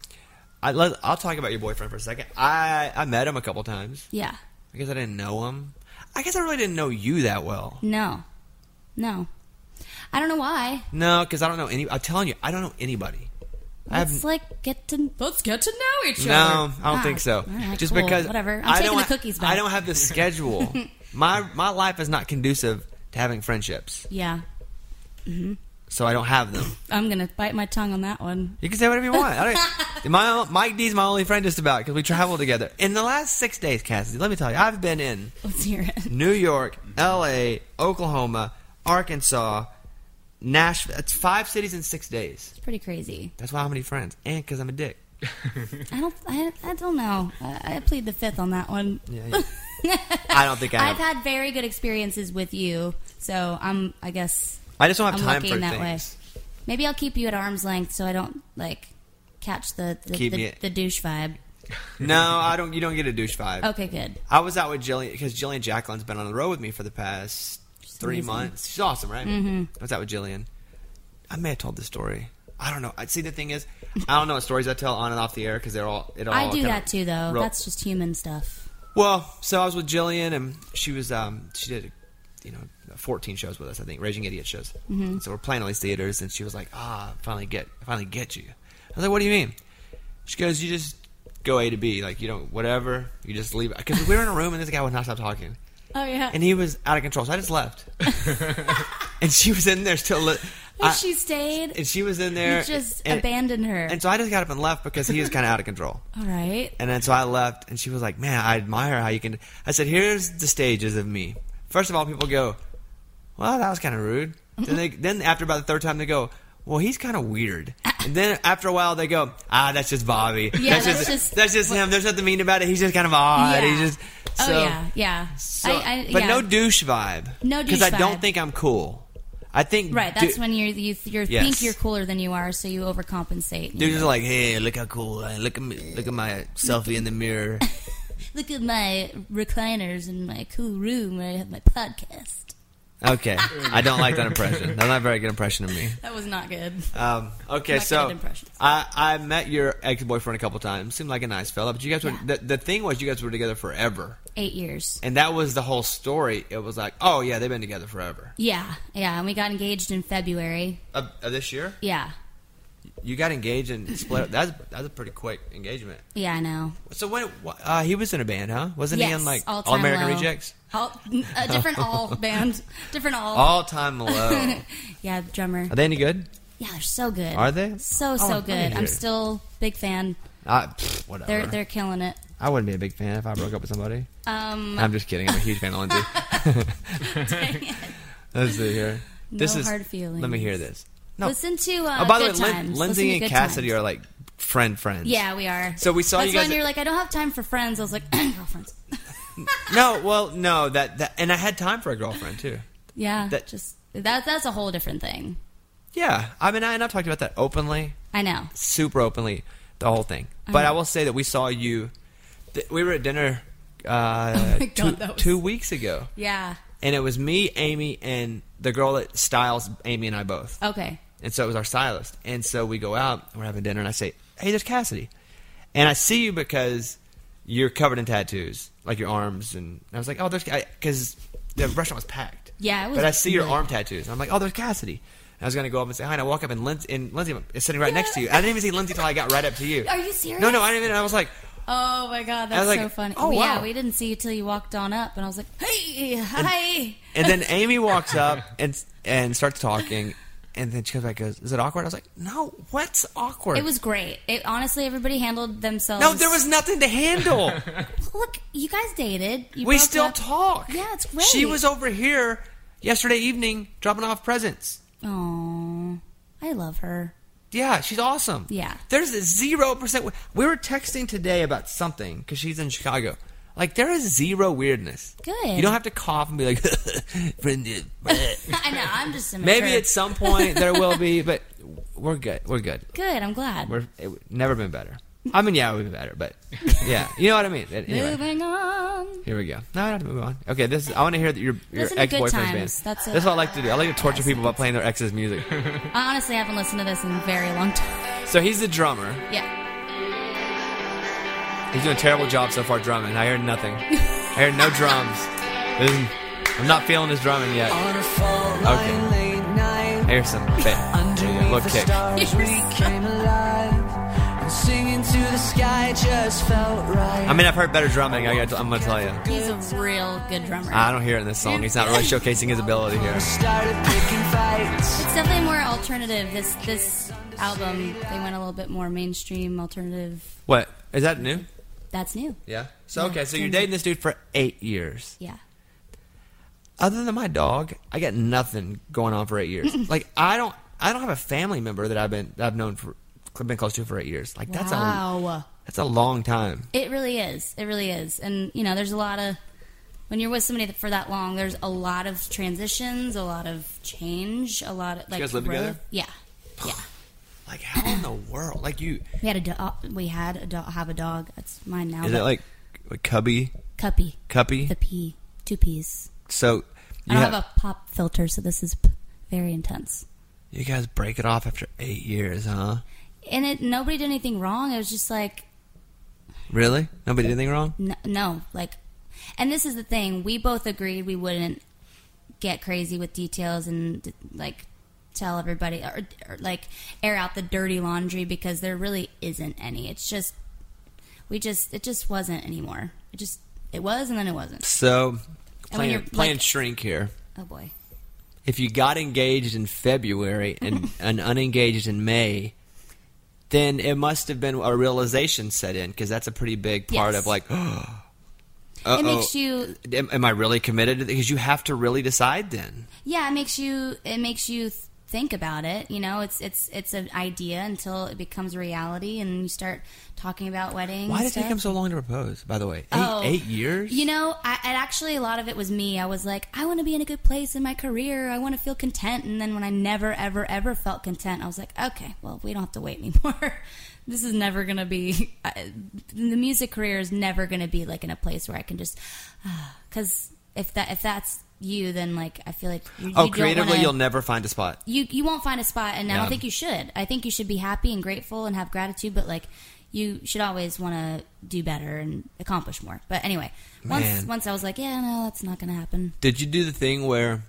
I let, I'll talk about your boyfriend for a second. I I met him a couple times.
yeah,
I guess I didn't know him. I guess I really didn't know you that well.
no, no, I don't know why.
No, because I don't know any. I'm telling you, I don't know anybody. I have
Let's like get to let's get to know each
No,
other.
I don't
Ah,
think so.
all right,
Just
cool,
because
whatever. I'm
I
taking
don't
the
ha-
cookies back.
I don't have the schedule. my my life is not conducive to having friendships,
Yeah,
so I don't have them.
I'm gonna bite my tongue on that one.
You can say whatever you want. I don't, my Mike D's my only friend just about because we travel together. In the last six days, Cassidy, let me tell you, I've been in
Let's hear it.
New York, L.A., Oklahoma, Arkansas, Nashville. That's five cities in six days.
It's pretty crazy.
That's why I'm many friends, and because I'm a dick.
I don't. I, I don't know. I, I plead the fifth on that one.
Yeah, yeah. I don't think I
I've
am.
had very good experiences with you, so I'm. I guess
I just don't have
I'm
time
lucky
for
in that
things.
way. Maybe I'll keep you at arm's length so I don't like catch the the,
Keep me
the,
at-
the douche vibe.
No, I don't. You don't get a douche vibe.
Okay, good.
I was out with Jillian because Jillian Jacqueline's been on the road with me for the past three
amazing.
months. She's awesome, right? Mm-hmm. I was out with Jillian. I may have told this story. I don't know. I see. The thing is, I don't know what stories I tell on and off the air because they're all. It all
I do
kinda
that too, though.
roll-
That's just human stuff.
well, so I was with Jillian, and she was um, she did you know 14 shows with us, I think, Raging Idiot shows. Mm-hmm. So we're playing all these theaters, and she was like, "Ah, I finally get, I finally get you." I was like, "What do you mean?" She goes, "You just go A to B, like you don't whatever. You just leave." Because we were in a room, and this guy would not stop talking.
Oh yeah.
and he was out of control. So I just left, and she was in there still. Li-
And
I-
she stayed.
and she was in
You
there.
just
and,
abandoned her.
And so I just got up and left because he was kind of out of control.
All right.
And then so I left, and she was like, "Man, I admire how you can." I said, "Here's the stages of me. First of all, people go, "Well, that was kind of rude." Then they, then after about the third time, they go, "Well, he's kind of weird." And then after a while, they go, "Ah, that's just Bobby.
Yeah,
that's,
that's
just,
just-
that's just him. There's nothing mean about it. He's just kind of odd.
Yeah.
He's just so,
oh yeah, yeah.
so-
I, I,
but
yeah.
no douche vibe.
No douche
I don't
vibe.
think I'm cool. I think
Right, that's when you're, you th- you
Yes.
think you're cooler than you are, so you overcompensate.
Dudes are like, hey, look how cool! I look at me, look at my selfie in the mirror.
Look at my recliners in my cool room where I have my podcast.
Okay, I don't like that impression. That's not a very good impression of me.
That was not good.
Um, okay,
Not good at
so
impressions.
I, I met your ex boyfriend a couple times. Seemed like a nice fella, but you guys were the,
Yeah.
the thing was you guys were together forever,
Eight years.
and that was the whole story. It was like, oh yeah, they've been together forever.
Yeah, yeah, and we got engaged in February.
Of, of this year,
Yeah,
you got engaged and split. up. That's that's a pretty quick engagement.
yeah, I know.
So when wh- uh, he was in a band, huh? Wasn't he
Yes,
in like
All
All,
Time
American
Low.
Rejects?
All, a different all band, different all.
All time low.
yeah, drummer.
Are they any good?
Yeah, they're so good.
Are they?
So
Oh,
so
let me
good.
hear
I'm
it.
still big fan.
I, pfft, whatever.
They're they're killing it.
I wouldn't be a big fan if I broke up with somebody.
Um,
I'm just kidding. I'm a huge fan of Lindsay.
dang it.
Let's see here.
No
this is,
hard feelings.
Let me hear this. No.
Listen to uh,
oh, by the way,
good
Lin-
times. Listen
Lindsay
to
and
Good
Cassidy
Times.
are like friend friends.
Yeah, we are.
So we saw
That's
you guys
when
at-
you're like, I don't have time for friends. I was like, girlfriends.
No, well, no, that, that and I had time for a girlfriend too.
Yeah,
That-
just that. That's a whole different thing.
Yeah, I mean, I, and I've talked about that openly,
I know.
super openly, the whole thing. But I
Uh-huh.
will say that we saw you. Th- we were at dinner uh,
Oh my God,
two,
that was-
two weeks ago,
Yeah.
and it was me, Amy, and the girl that styles Amy and I both.
Okay.
And so it was our stylist. And so we go out, and we're having dinner, and I say, Hey, there's Cassidy. And I see you because you're covered in tattoos, like your arms. And I was like, Oh, there's because the restaurant was packed.
Yeah, it was
But I see your
really
arm
packed.
tattoos. And I'm like, Oh, there's Cassidy. And I was going to go up and say hi, and I walk up, and Lindsay, and Lindsay is sitting right next to you. I didn't even see Lindsay until I got right up to you.
Are you serious?
No, no, I didn't even. I was like,
Oh my god,
I
that's
was
so
like,
funny.
oh,
Well,
wow.
Yeah, we didn't see you till you walked on up, and I was like, hey, hi.
And then Amy walks up and and starts talking. And then she comes back and goes, Is it awkward? I was like, No, what's awkward?
It was great. It honestly, everybody handled themselves.
No, there was nothing to handle.
Look, you guys dated. You
we
broke
still
up.
talk.
Yeah, it's great.
She was over here yesterday evening dropping off presents.
Oh, I love her.
Yeah, she's awesome.
Yeah.
There's a 0%. We were texting today about something because she's in Chicago. Like, there is zero weirdness.
Good.
You don't have to cough and be like, friend. you-
I know. I'm just immature.
Maybe at some point there will be, but we're good. We're good.
good. I'm glad.
We're it, never been better. I mean, yeah, we've been better, but yeah, you know what I mean. Anyway.
Moving on.
Here we go. No, I don't have to move on. Okay, this is, I want to hear that your your
Listen to
ex
Good
boyfriend's band.
Times. That's it.
what I like to do. I like to torture people by playing their ex's music.
I honestly haven't listened to this in a very long time.
so he's the drummer.
Yeah.
He's doing a terrible job so far drumming. I heard nothing. I heard no drums. This is- I'm not feeling his drumming yet.
On a fall
Okay.
line late
I
night,
hear some bit.
underneath
Look
the
kick.
stars, we came alive. And singing to the sky just felt right.
I mean, I've heard better drumming. I got, I'm gonna tell you.
He's a real good drummer.
I don't hear it in this song. He's not really showcasing his ability here.
started picking fights.
It's definitely more alternative. This this album, they went a little bit more mainstream alternative.
What is that new?
That's new.
Yeah. So
Yeah,
okay, so you're
it's
dating this dude for eight years.
Yeah.
other than my dog, I got nothing going on for eight years. like I don't, I don't have a family member that I've been, that I've known for, been close to for eight years. Like that's a,
wow.
that's a long time.
It really is. It really is. And you know, there's a lot of when you're with somebody for that long, there's a lot of transitions, a lot of change, a lot of like.
guys live
growth.
together?
Yeah. Yeah.
Like how in the world? Like you,
We had a do- we had a do- have a dog. That's mine now.
is
but-
it like a cubby,
Cuppy? The
cuppy?
P, two P's.
So
I
you
don't
have,
have a pop filter, so this is p- very intense.
you guys break it off after eight years, huh?
And it nobody did anything wrong. It was just like
Really? Nobody did anything wrong?
no, no like and this is the thing we both agreed we wouldn't get crazy with details and like tell everybody or, or like air out the dirty laundry because there really isn't any it's just we just it just wasn't anymore it just it was and then it wasn't
So
And when
Playing,
you're
playing
like,
shrink here.
oh boy,
If you got engaged in February and, and unengaged in May, then it must have been a realization set in because that's a pretty big part
Yes.
of like, oh,
it makes you
am, am I really committed? Because you have to really decide then.
yeah, it makes you it makes you th- think about it. You know, it's it's it's an idea until it becomes reality, and you start talking about weddings.
Why
and
did it take
stuff.
him so long to propose? By the way, eight,
Oh.
eight years.
You know, I, and actually, a lot of it was me. I was like, I want to be in a good place in my career. I want to feel content. And then when I never, ever, ever felt content, I was like, okay, well, we don't have to wait anymore. this is never going to be, I, the music career is never going to be like in a place where I can just, because if that if that's you, then like I feel like you, you
oh,
don't
creatively,
wanna-
you'll never find a spot.
you you won't find a spot and i
Yeah.
don't think you should i think you should be happy and grateful and have gratitude but like you should always want to do better and accomplish more but anyway once
Man.
once i was like yeah no that's not gonna happen
Did you do the thing where?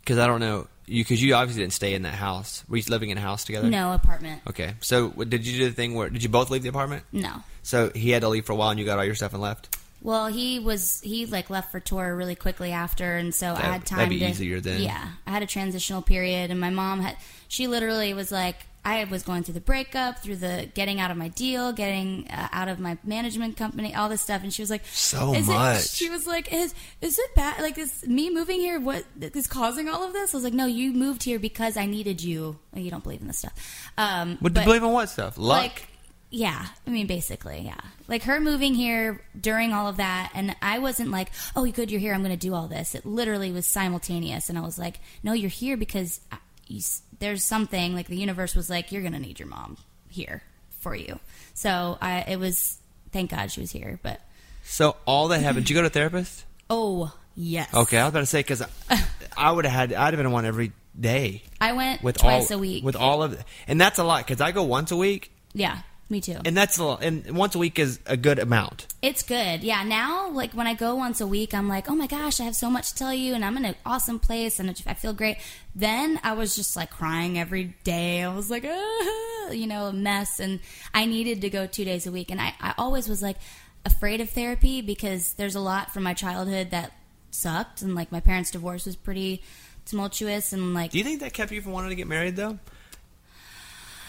Because I don't know you. Because you obviously didn't stay in that house. Were you living in a house together?
no apartment
Okay. So what- did you do the thing where did you both leave the apartment?
no
So he had to leave for a while, and you got all your stuff and left.
well he was he like left for tour really quickly after and so i
That-
had time
that'd be
to,
easier then.
yeah i had a transitional period and my mom had she literally was like i was going through the breakup through the getting out of my deal getting uh, out of my management company all this stuff and she was like
So
is
much.
It, she was like, "Is is it bad? Like, is me moving here what is causing all of this?" I was like, "No, you moved here because I needed you. Well, you don't believe in this stuff." Um,
What do
but,
you believe in? What stuff? Luck.
Like, yeah, I mean, basically, yeah. Like her moving here during all of that, and I wasn't like, "Oh, you good, you're here. I'm going to do all this." It literally was simultaneous, and I was like, "No, you're here because I, you, s- there's something." Like the universe was like, "You're going to need your mom here for you." So I, it was. Thank God she was here, but
so all that happened. Did you go to a therapist?
oh yes.
Okay, I was about to say because I, I would have had I'd have been one every day
I went
with
twice
all
a week.
with all of and that's a lot because I go once a week
yeah, me too.
and that's a lot, and once a week is a good amount.
it's good. Yeah, now like when I go once a week, I'm like, oh my gosh, I have so much to tell you, and I'm in an awesome place, and I feel great. Then I was just like crying every day. I was like, ah, you know, a mess, and I needed to go two days a week, and I, I always was like afraid of therapy because there's a lot from my childhood that sucked, and like my parents' divorce was pretty tumultuous, and like
Do you think that kept you from wanting to get married though?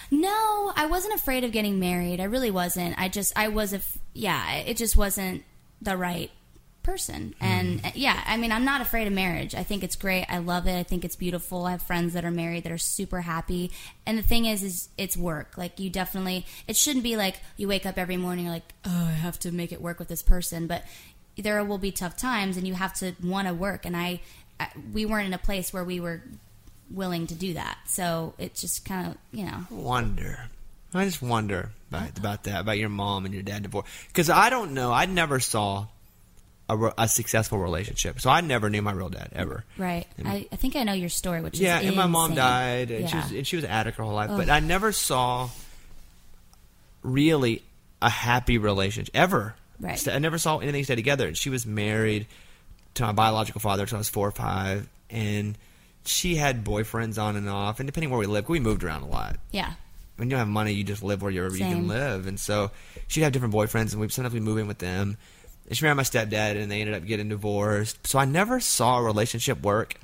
No, I wasn't afraid of getting married. I really wasn't. I just, I was, af- yeah, it just wasn't the right person. And uh, yeah, I mean, I'm not afraid of marriage. I think it's great. I love it. I think it's beautiful. I have friends that are married that are super happy. And the thing is, is it's work. Like you definitely, it shouldn't be like you wake up every morning, you're like, oh, I have to make it work with this person. But there will be tough times and you have to want to work. And I, I, we weren't in a place where we were willing to do that. So it just kind of, you know.
wonder. I just wonder about, about that, about your mom and your dad divorce. Because I don't know. I never saw a, re- a successful relationship, so I never knew my real dad ever.
Right. I, I think I know your story, which
Yeah,
is
and my mom
insane.
died, and she
Yeah.
was and she was an addict her whole life. But
Ugh.
I never saw really a happy relationship ever.
Right.
St- I never saw anything stay together. And she was married to my biological father until I was four or five, and she had boyfriends on and off. And depending where we lived, we moved around a lot.
yeah.
when you don't have money, you just live wherever you can
Same.
live. And so she'd have different boyfriends, and we sometimes we move in with them. And she married my stepdad, and they ended up getting divorced. So I never saw a relationship work.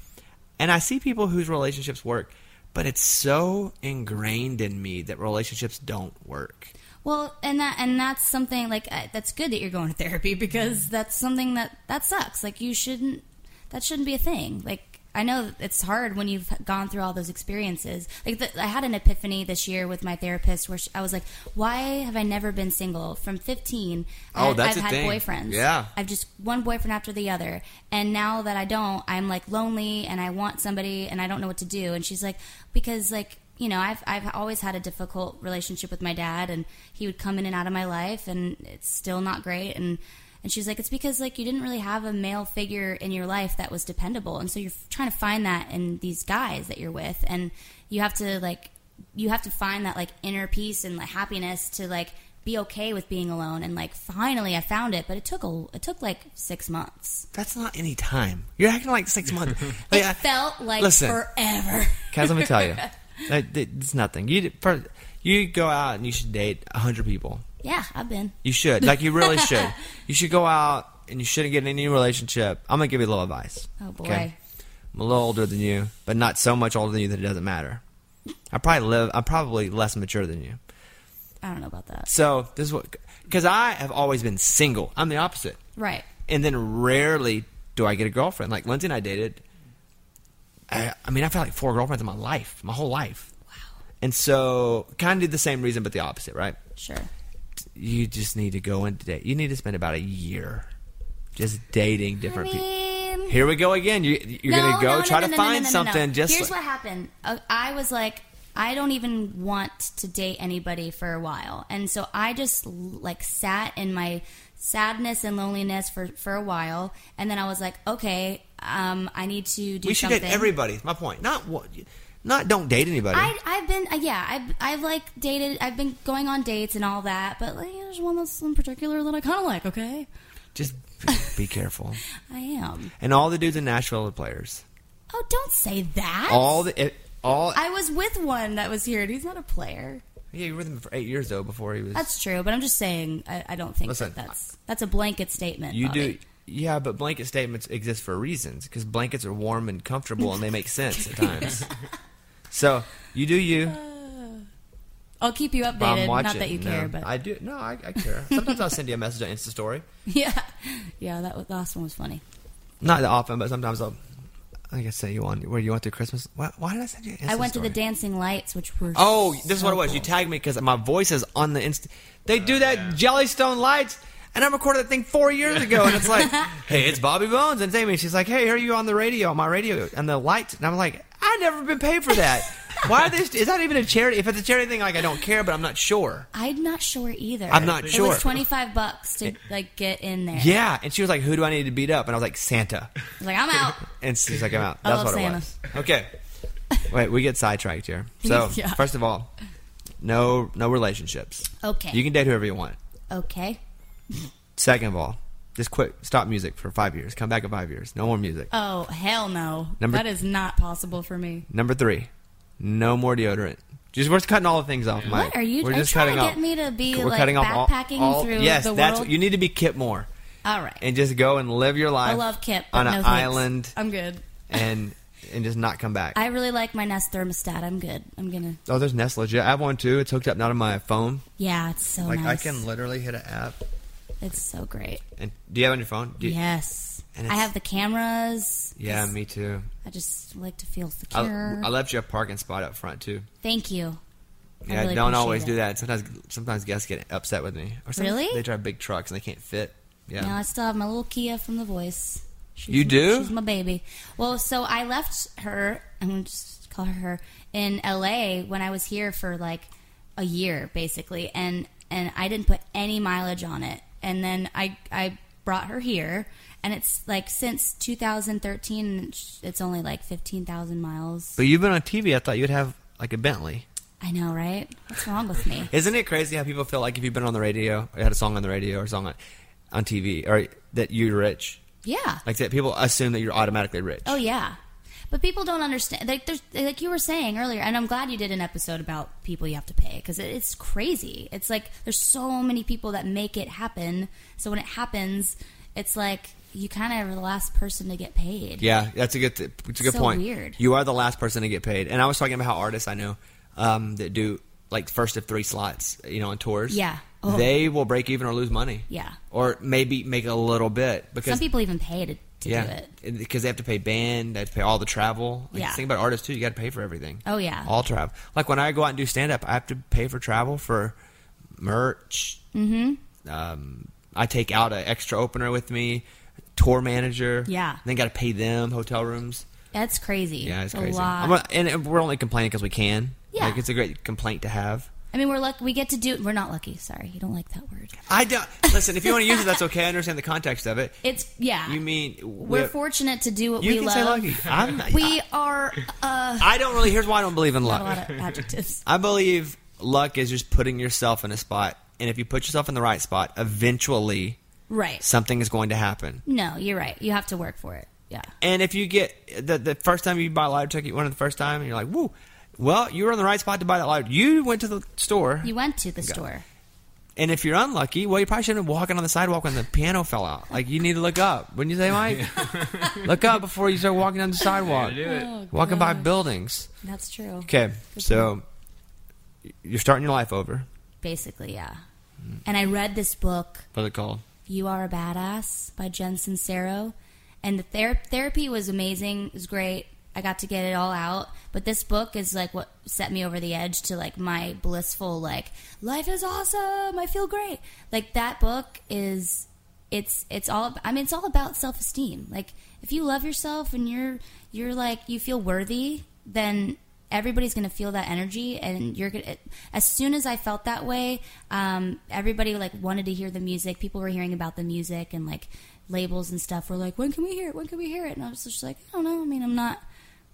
And I see people whose relationships work, but it's so ingrained in me that relationships don't work.
Well, and that and that's something like uh, that's good that you're going to therapy because that's something that that sucks. Like you shouldn't that shouldn't be a thing. Like I know it's hard when you've gone through all those experiences. Like the, I had an epiphany this year with my therapist where she, I was like, "Why have I never been single from 15?
Oh,
I,
that's
I've
a
had
thing.
boyfriends.
Yeah.
I've just one boyfriend after the other, and now that I don't, I'm like lonely and I want somebody and I don't know what to do." And she's like, "Because like." You know, I've I've always had a difficult relationship with my dad, and he would come in and out of my life, and it's still not great. And and she's like, it's because like you didn't really have a male figure in your life that was dependable, and so you're f- trying to find that in these guys that you're with, and you have to like you have to find that like inner peace and like happiness to like be okay with being alone. And like finally, I found it, but it took a it took like six months.
That's not any time. You're acting like six months.
It
Like, I-
felt like
listen.
forever.
Guys, let me tell you, That- that- it's nothing. You for, you go out and you should date hundred people.
yeah, I've been.
You should. Like you really should. You should go out and you shouldn't get in any relationship, I'm gonna give you a little advice.
Oh, boy.
I'm a little older than you, but not so much older than you that it doesn't matter. I probably live. I'm probably less mature than you.
I don't know about that.
So this is what because I have always been single. I'm the opposite,
Right.
and then rarely do I get a girlfriend. Like Lindsay and I dated. I, I mean, I've had like four girlfriends in my life, my whole life,
Wow.
and so kind of the same reason, but the opposite, right?
Sure.
You just need to go into date. You need to spend about a year just dating
I
different people.
mean,
Here we go again. You, you're
no,
gonna go
no, no,
try
no,
to
no, no,
find
no, no, no.
something. Just
here's
like-
what happened. Uh, I was like, I don't even want to date anybody for a while, and so I just l- like sat in my sadness and loneliness for for a while, and then I was like, okay, um, I need to do
we should
something.
date everybody. is My point. Not what. Not don't date anybody.
I, I've been, uh, yeah, I've, I've like dated, I've been going on dates and all that, but like, there's one that's in particular that I kind of like, okay?
just be- be careful.
I am.
And all the dudes in Nashville are players.
Oh, don't say that.
All the it, all.
I was with one that was here, and he's not a player.
yeah, you were with him for eight years though. Before he was.
That's true, but I'm just saying. I, I don't think
Listen,
that that's that's a blanket statement.
you
Bobby.
do. Yeah, but blanket statements exist for reasons because blankets are warm and comfortable and they make sense at times. so you do you.
I'll keep you
but I'm
updated.
watching.
Not that you
No,
care, but
I do. No, I, I care. Sometimes I'll send you a message on Insta story.
yeah, yeah. That was, the last one was funny.
Not that often, but sometimes I'll. I guess say you on where you went to Christmas. Why, why did I send you? An Insta
I went
story?
to the dancing lights, which were
Oh, this is
so
what it was. You
cool.
tagged me because my voice is on the inst. They do that Jellystone lights, and I recorded that thing four years ago, and it's like, hey, it's Bobby Bones, and it's Amy. She's like, hey, are you on the radio? On my radio, and the lights, and I'm like, I never been paid for that. Why are this? Is that even a charity? If it's a charity thing, like I don't care, but I'm not sure.
I'm not sure either.
I'm not
It
sure.
was 25 bucks to like get in there.
Yeah, and she was like, who do I need to beat up? And I was like, Santa,
I was like I'm out.
and she's like, I'm out.
I
That's
love
what it
Santa.
was. Okay, wait, we get sidetracked here. So
Yeah.
first of all, no, no relationships.
Okay.
You can date whoever you want.
Okay.
Second of all, just quit, stop music for five years. Come back in five years. No more music.
Oh hell no.
Number-
that is not possible for me.
Number three, no more deodorant. Just we're just cutting all the things off, Mike.
What are you?
We're
are
just
you trying
cutting
to
off.
get me to be
We're
like
cutting off all-
backpacking
all-
through
yes,
the
that's
world?
you need to be Kip Moore
All right.
and just go and live your life.
I love Kip but
on
no
an
thanks.
island
I'm good.
and and just not come back.
I really like my Nest thermostat. I'm good. I'm gonna.
oh, there's Nest legit. I have one too. It's hooked up not on my phone.
Yeah, it's so
Like
Oh, nice.
I can literally hit an app.
It's so great.
And do you have it on your phone? Do you-
yes.
And
I
it's-
have the cameras.
Yeah,
It's-
me too.
I just like to feel
I,
secure.
I left you a parking spot up front too.
Thank you. I
Yeah, I
really
don't
appreciate
always
it.
do that. Sometimes, sometimes guests get upset with me. Or sometimes
Really?
They drive big trucks and they can't fit. Yeah.
Now I still have my little Kia from The Voice. She's
You
my-
do?
she's my baby. Well, so I left her. I'm gonna just call her her in L.A. when I was here for like a year, basically, and and I didn't put any mileage on it. And then I I brought her here, and it's like since 2013, and it's- it's only like 15,000 miles.
but you've been on TV. I thought you'd have like a Bentley.
I know, right? What's wrong with me?
Isn't it crazy how people feel like if you've been on the radio or had a song on the radio or a song on, on TV or that you're rich?
Yeah.
Like that people assume that you're automatically rich.
Oh yeah, but people don't understand. Like there's like you were saying earlier, and I'm glad you did an episode about people you have to pay because it, it's crazy. It's like there's so many people that make it happen. So when it happens, it's like you kind of are the last person to get paid.
Yeah, that's a good. Th- it's a good
So
point.
weird.
You are the last person to get paid, and I was talking about how artists I know um, that do like first of three slots, you know, on tours.
Yeah. Oh.
they will break even or lose money.
Yeah.
or maybe make a little bit because
Some people even pay to, to do it.
because they have to pay band, they have to pay all the travel. Like,
Yeah.
think about artists too. You got to pay for everything.
Oh, yeah.
all travel. Like when I go out and do stand up, I have to pay for travel for merch. Mm-hmm. Um, I take out an extra opener with me, tour manager.
Yeah.
then got to pay them hotel rooms.
That's crazy.
Yeah, it's
a
crazy.
lot.
I'm a- and we're only complaining because we can.
Yeah.
like it's a great complaint to have.
I mean, we're lucky. We get to do. We're not lucky. Sorry, you don't like that word.
I don't listen. If you want to use it, that's okay. I understand the context of it.
It's yeah.
You mean
we're
we-
fortunate to do what
You
we
can
love.
say lucky. I'm,
We are uh,
I don't really. Here's why I don't believe in luck.
not a lot of adjectives.
I believe luck is just putting yourself in a spot, and if you put yourself in the right spot, eventually
Right.
something is going to happen.
No, you're right. You have to work for it. Yeah.
And if you get the the first time you buy a lottery ticket, you won it the first time, and you're like, "Woo!" Well, you were in the right spot to buy that lottery. You went to the store.
You went to the store.
And if you're unlucky, well, you probably shouldn't have been walking on the sidewalk when the piano fell out. Like you need to look up, wouldn't you say, Mike? look up before you start walking down the sidewalk,
do it.
Oh,
walking by
God.
buildings.
That's true.
Okay, so you're starting your life over.
Basically, yeah. And I read this book,
What's it called?
You Are a Badass by Jen Sincero. And the ther- therapy was amazing. It was great. I got to get it all out. But this book is like what set me over the edge to like my blissful, like, life is awesome. I feel great. Like that book is, it's, it's all, I mean, it's all about self esteem. Like if you love yourself and you're, you're like, you feel worthy, then everybody's going to feel that energy and you're going to as soon as i felt that way um, everybody like wanted to hear the music people were hearing about the music and like labels and stuff were like when can we hear it when can we hear it and i was just like i don't know i mean i'm not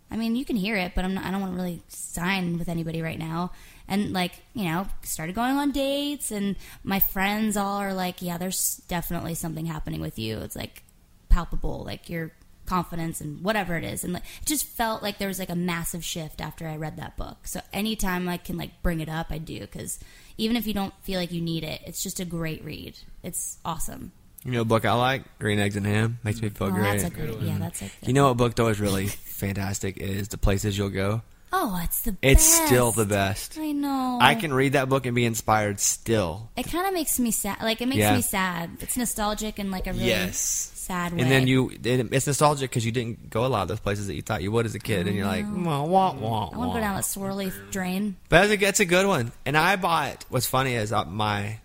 i mean you can hear it but i'm not i don't want to really sign with anybody right now and like you know started going on dates and my friends all are like yeah there's definitely something happening with you it's like palpable like your confidence and whatever it is and like it just felt like there was like a massive shift after i read that book so anytime i can like bring it up i do because even if you don't feel like you need it it's just a great read it's awesome
You know, a book I like, Green Eggs and Ham, makes me feel
oh
great.
that's a great yeah that's a good
you know, what book though is really fantastic is the places you'll go.
oh it's the
It's
best.
still the best.
i know
I can read that book and be inspired still.
it kind of makes me sad like it makes
Yeah.
me sad it's nostalgic in like a really
Yes.
sad way
And then you, it, it's nostalgic because you didn't go a lot of those places that you thought you would as a kid, and you're like, wah, wah, wah,
i want to
wah."
go down that swirly drain
But that's a, that's a good one. And I bought. What's funny is uh, my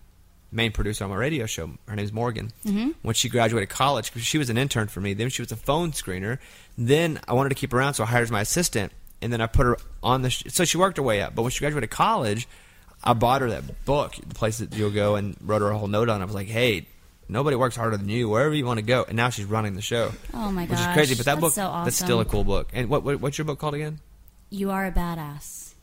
main producer on my radio show. Her name's Morgan. Mm-hmm. When she graduated college, 'cause she was an intern for me. Then she was a phone screener. Then I wanted to keep her around, so I hired her as my assistant. And then I put her on the. Sh- so she worked her way up. But when she graduated college, I bought her that book, the place that you'll go, and wrote her a whole note on. it. I was like, hey. Nobody works harder than you. Wherever you want to go, and now she's running the show.
Oh my
Which is
gosh,
crazy, but that
that's
book
so
that's
awesome.
still a cool book. And what, what what's your book called again?
you are a badass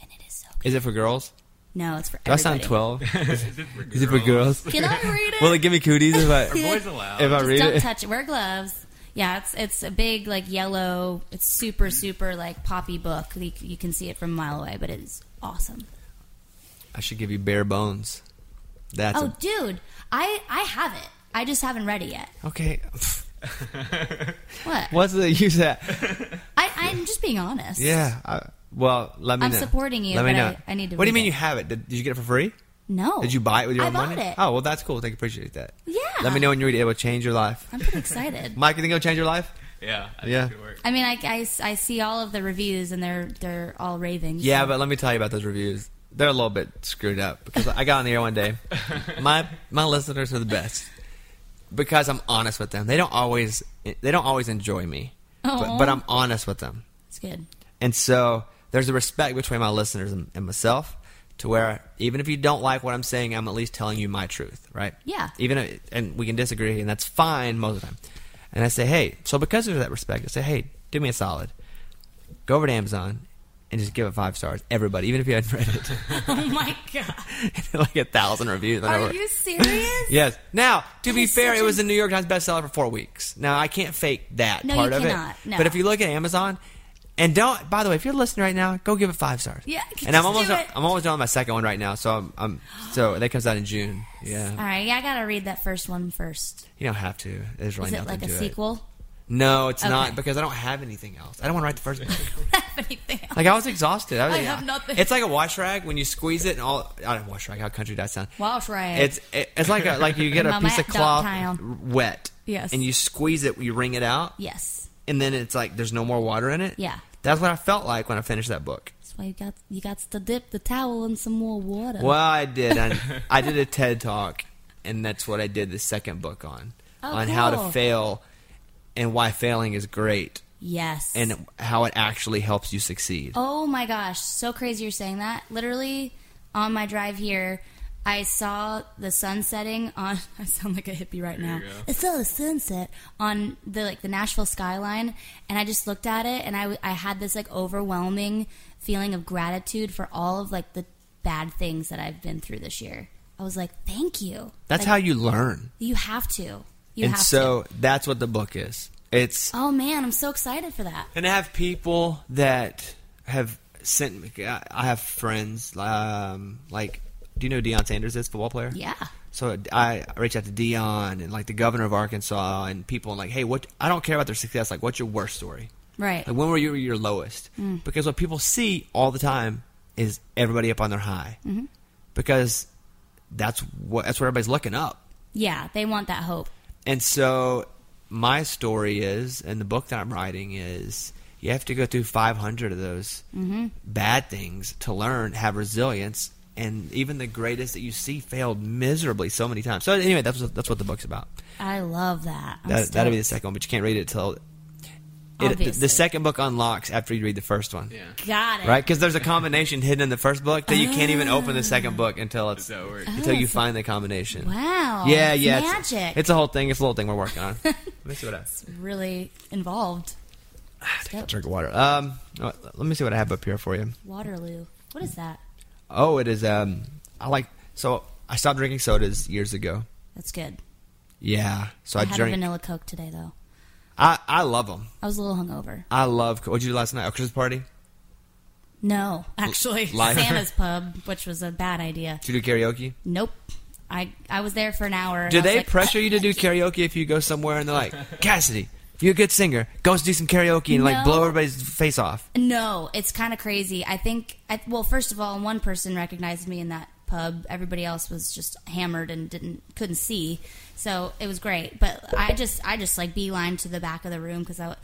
and it is so good
Is it for girls?
no it's for
Do I sound
everybody.
twelve?
Is it for
Is it for girls?
Can I read it?
Will it give me cooties if I
Boys allowed.
if I
Just
read
don't
it?
touch it. Wear gloves. Yeah, it's it's a big like yellow. It's super super like poppy book. You, you can see it from a mile away, but it's awesome.
I should give you bare bones. That's
oh, dude, I I have it. I just haven't read it yet.
a, okay.
What?
What's the use of that?
I I'm just being honest.
Yeah. I, well, let me.
I'm
know.
supporting you,
Let me
but I-
know.
I need to
What do you
read
mean
it.
you have it? Did, did you get it for free?
No.
Did you buy it with your
I
own
bought
money?
It.
Oh well, that's cool. Thank you. Appreciate that.
Yeah.
Let me know when you read it. It will change your life.
I'm pretty excited.
Mike, you think it'll change your life?
Yeah. I think
Yeah.
it could work.
I mean, I, I, I see all of the reviews and they're they're all raving.
Yeah, but let me tell you about those reviews. They're a little bit screwed up because I got on the air one day. My my listeners are the best because I'm honest with them. They don't always they don't always enjoy me, but,
Aw.
but I'm honest with them.
it's good.
And so there's a respect between my listeners and, and myself to where even if you don't like what I'm saying, I'm at least telling you my truth, right?
Yeah.
Even if, and we can disagree, and that's fine most of the time. And I say, hey, so because of that respect, I say, hey, do me a solid. Go over to Amazon and just give it five stars, everybody, even if you hadn't read it.
Oh my god,
like a thousand reviews. and
are
over.
you serious?
Yes. Now, to be
is
fair,
such
it was
a-
the New York Times bestseller for four weeks. Now, I can't fake that
No,
part
you
of
cannot.
it.
No.
But if you look at Amazon, and don't. By the way, if you're listening right now, go give it five stars.
Yeah,
And I'm
just
almost.
do it.
I'm almost done with my second one right now. So I'm. I'm so that comes out in June.
All
Yeah.
right, yeah, I gotta read that first one first.
You don't have to. There's really
Is it
nothing
like a
to
sequel?
it. No, it's
Okay.
not because I don't have anything else. I don't want to write the first book.
Have anything else?
Like I was exhausted. I, was,
I have nothing.
It's like a wash rag when you squeeze it and all. I don't wash rag. How country does that sound?
Wash rag.
It's it, it's like a, like you get a
Mama
piece of
at
cloth
Dogtown.
wet.
Yes.
And you squeeze it. You wring it out.
Yes.
and then it's like there's no more water in it.
Yeah.
That's what I felt like when I finished that book.
That's why you got you got to dip the towel in some more water.
Well, I did. I, I did a TED talk, and that's what I did the second book on,
Oh,
on how to
cool.
fail, and why failing is great,
Yes.
and how it actually helps you succeed.
oh my gosh, so crazy you're saying that. Literally on my drive here, I saw the sun setting on I sound like a hippie right now.
you go.
I saw the sunset on the like the Nashville skyline and I just looked at it and I w- I had this like overwhelming feeling of gratitude for all of like the bad things that I've been through this year. I was like, "Thank you."
That's
Like,
how you learn,
you have to. You
and
have
so
to.
that's what the book is. It's
Oh man, I'm so excited for that.
And I have people that have sent me. I I have friends, um, like Do you know who Deion Sanders is, football player?
Yeah.
So I reached out to Dion and like the governor of Arkansas and people and like, hey, what? I don't care about their success. Like, what's your worst story?
Right.
Like, when were you at your lowest? Because what people see all the time is everybody up on their high. Because that's what that's where everybody's looking up.
Yeah. They want that hope.
And so my story is, and the book that I'm writing is, you have to go through 500 of those
Mm-hmm.
bad things to learn, have resilience, and even the greatest that you see failed miserably so many times. So anyway, that's what- that's what the book's about.
I love that. I'm
That, that'll be the
stoked.
second one, but you can't read it till it, the,
Obviously.
the second book unlocks after you read the first one.
Yeah.
Got it.
Right, because there's a combination hidden in the first book that you can't even open the second book until it's
Does that work?
until you find the combination.
Ah. Wow.
Yeah,
Oh, it's
yeah, it's-
Magic.
It's, a whole thing. It's a little thing we're working on. Let me see what I
really involved. Yep.
drink of water. Um, uh, let me see what I have up here for you.
Waterloo. What is that?
Oh, it is. Um, I like. So I stopped drinking sodas years ago.
That's good.
Yeah. So
I,
I,
had a
drink.
vanilla Coke today, though.
I I love them.
I was a little hungover.
I love. What'd you do last night? A Christmas party?
No, actually,
life-
Santa's pub, which was a bad idea.
Did you do karaoke?
Nope. I I was there for an hour. and
Do
I was
they
like,
pressure you to do karaoke if you go somewhere and they're like, Cassidy, you're a good singer. Go do some karaoke and like
No.
blow everybody's face off.
No, it's kind of crazy. I think. I, well, first of all, one person recognized me in that pub. Everybody else was just hammered and didn't couldn't see. So it was great. But I just I just like beeline to the back of the room because I.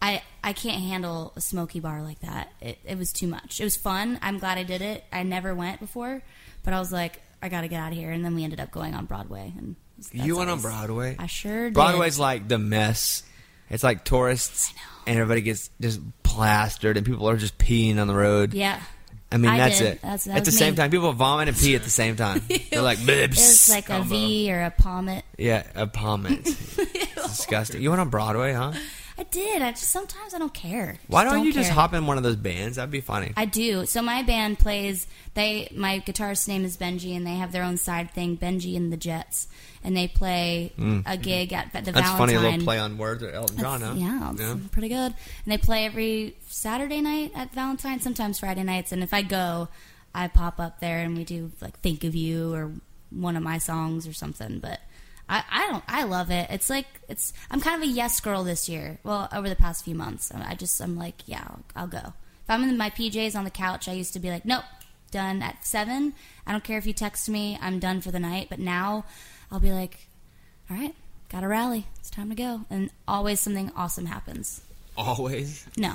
I, I can't handle a smoky bar like that. It, it was too much. It was fun. I'm glad I did it. I never went before, but I was like, I gotta get out of here. And then we ended up going on Broadway. And that's
You went on
always-
Broadway?
I sure did.
Broadway's like the mess. It's like tourists and everybody gets just plastered and people are just peeing on the road.
Yeah.
I mean,
I
that's
did.
it.
That's- that
at the
was
same
me.
time, people vomit and pee at the same time. They're like,
It
bibs.
was like a V or a pommet.
yeah, a vomit. It's disgusting. You went on Broadway, huh?
I did. I just sometimes I don't care.
Why
Just
don't, you just
care.
hop in one of those bands? That'd be funny.
I do. So my band plays. They my guitarist's name is Benji, and they have their own side thing, Benji and the Jets, and they play a gig at the
Mm. that's
Valentine.
funny. A little play on words with Elton John, huh?
Yeah, it's
Yeah.
pretty good. And they play every Saturday night at Valentine, sometimes Friday nights. And if I go, I pop up there and we do like "Think of You" or one of my songs or something. But I, I don't. I love it. It's like it's. I'm kind of a yes girl this year. Well, over the past few months, I just I'm like, yeah, I'll, I'll go. If I'm in my PJs on the couch, I used to be like, nope, done at seven. I don't care if you text me. I'm done for the night. But now, I'll be like all right, got to rally. It's time to go. And always something awesome happens.
Always.
No,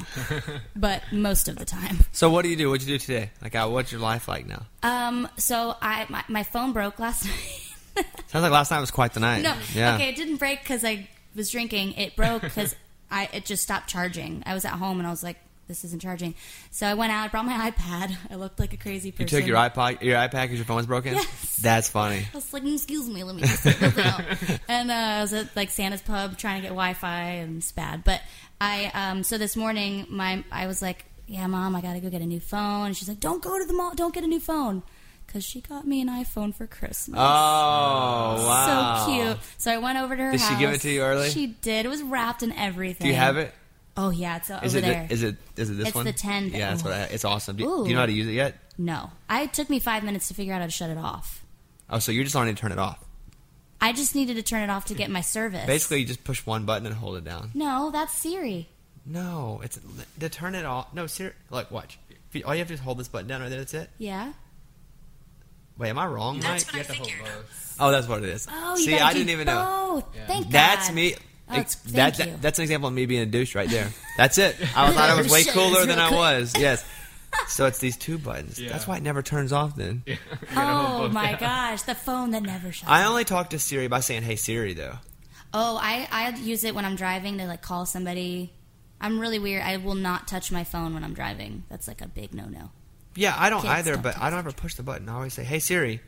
but most of the time.
So what do you do? What'd you do today? Like, uh, what's your life like now?
Um, so I my, my phone broke last night.
Sounds like last night was quite the night.
no,
Yeah.
okay, it didn't break because I was drinking. It broke because I it just stopped charging. I was at home and I was like, this isn't charging. So I went out. I brought my iPad. I looked like a crazy
You
person.
took your iPod, your iPad, because your phone's broken.
Yes.
That's funny.
I was like, excuse me, let me just sit this out. And uh, I was at like Santa's pub trying to get Wi-Fi, and it's bad. But I, um, so this morning, my I was like, yeah, mom, I gotta go get a new phone. And she's like, don't go to the mall, don't get a new phone, because she got me an iPhone for Christmas.
Oh wow.
So cute. So I went over to her.
Did she give
house.
it to you early?
She did. It was wrapped in everything.
Do you have it?
Oh yeah, it's
Is
over
it? thi-
there.
Is it? Is it this
It's
one?
the 10.
Yeah, that's what I, it's awesome. Do, you- do
Ooh.
you know how to use it yet?
no, I it took me five minutes to figure out how to shut it off.
Oh, so you're just learning to turn it off.
I just needed to turn it off to get my service.
Basically, you just push one button and hold it down.
No, that's Siri.
No, it's to turn it off. No, ser- look, watch. If you- All you have to do is hold this button down right there. That's it.
Yeah.
Wait, am I wrong, Mike?
You have to hold both.
Oh, that's what it is.
Oh, you
See,
gotta
I
do
didn't even know.
both. Thank
That's
God.
me.
Oh, it's- thank
that's
you.
that's an example of me being a douche right there. That's it. I thought I was way
Shit,
cooler
it's
than
real
I
quick.
was. Yes. So it's these two buttons. That's
Yeah.
why it never turns off. Then
Oh my gosh, the phone that never shuts.
I only talk to Siri by saying "Hey Siri," though.
oh, I I use it when I'm driving to like call somebody. I'm really weird. I will not touch my phone when I'm driving. That's like a big no no.
Yeah, I don't
Kids
either,
don't
but
text
I don't ever push the button. I always say, "Hey Siri,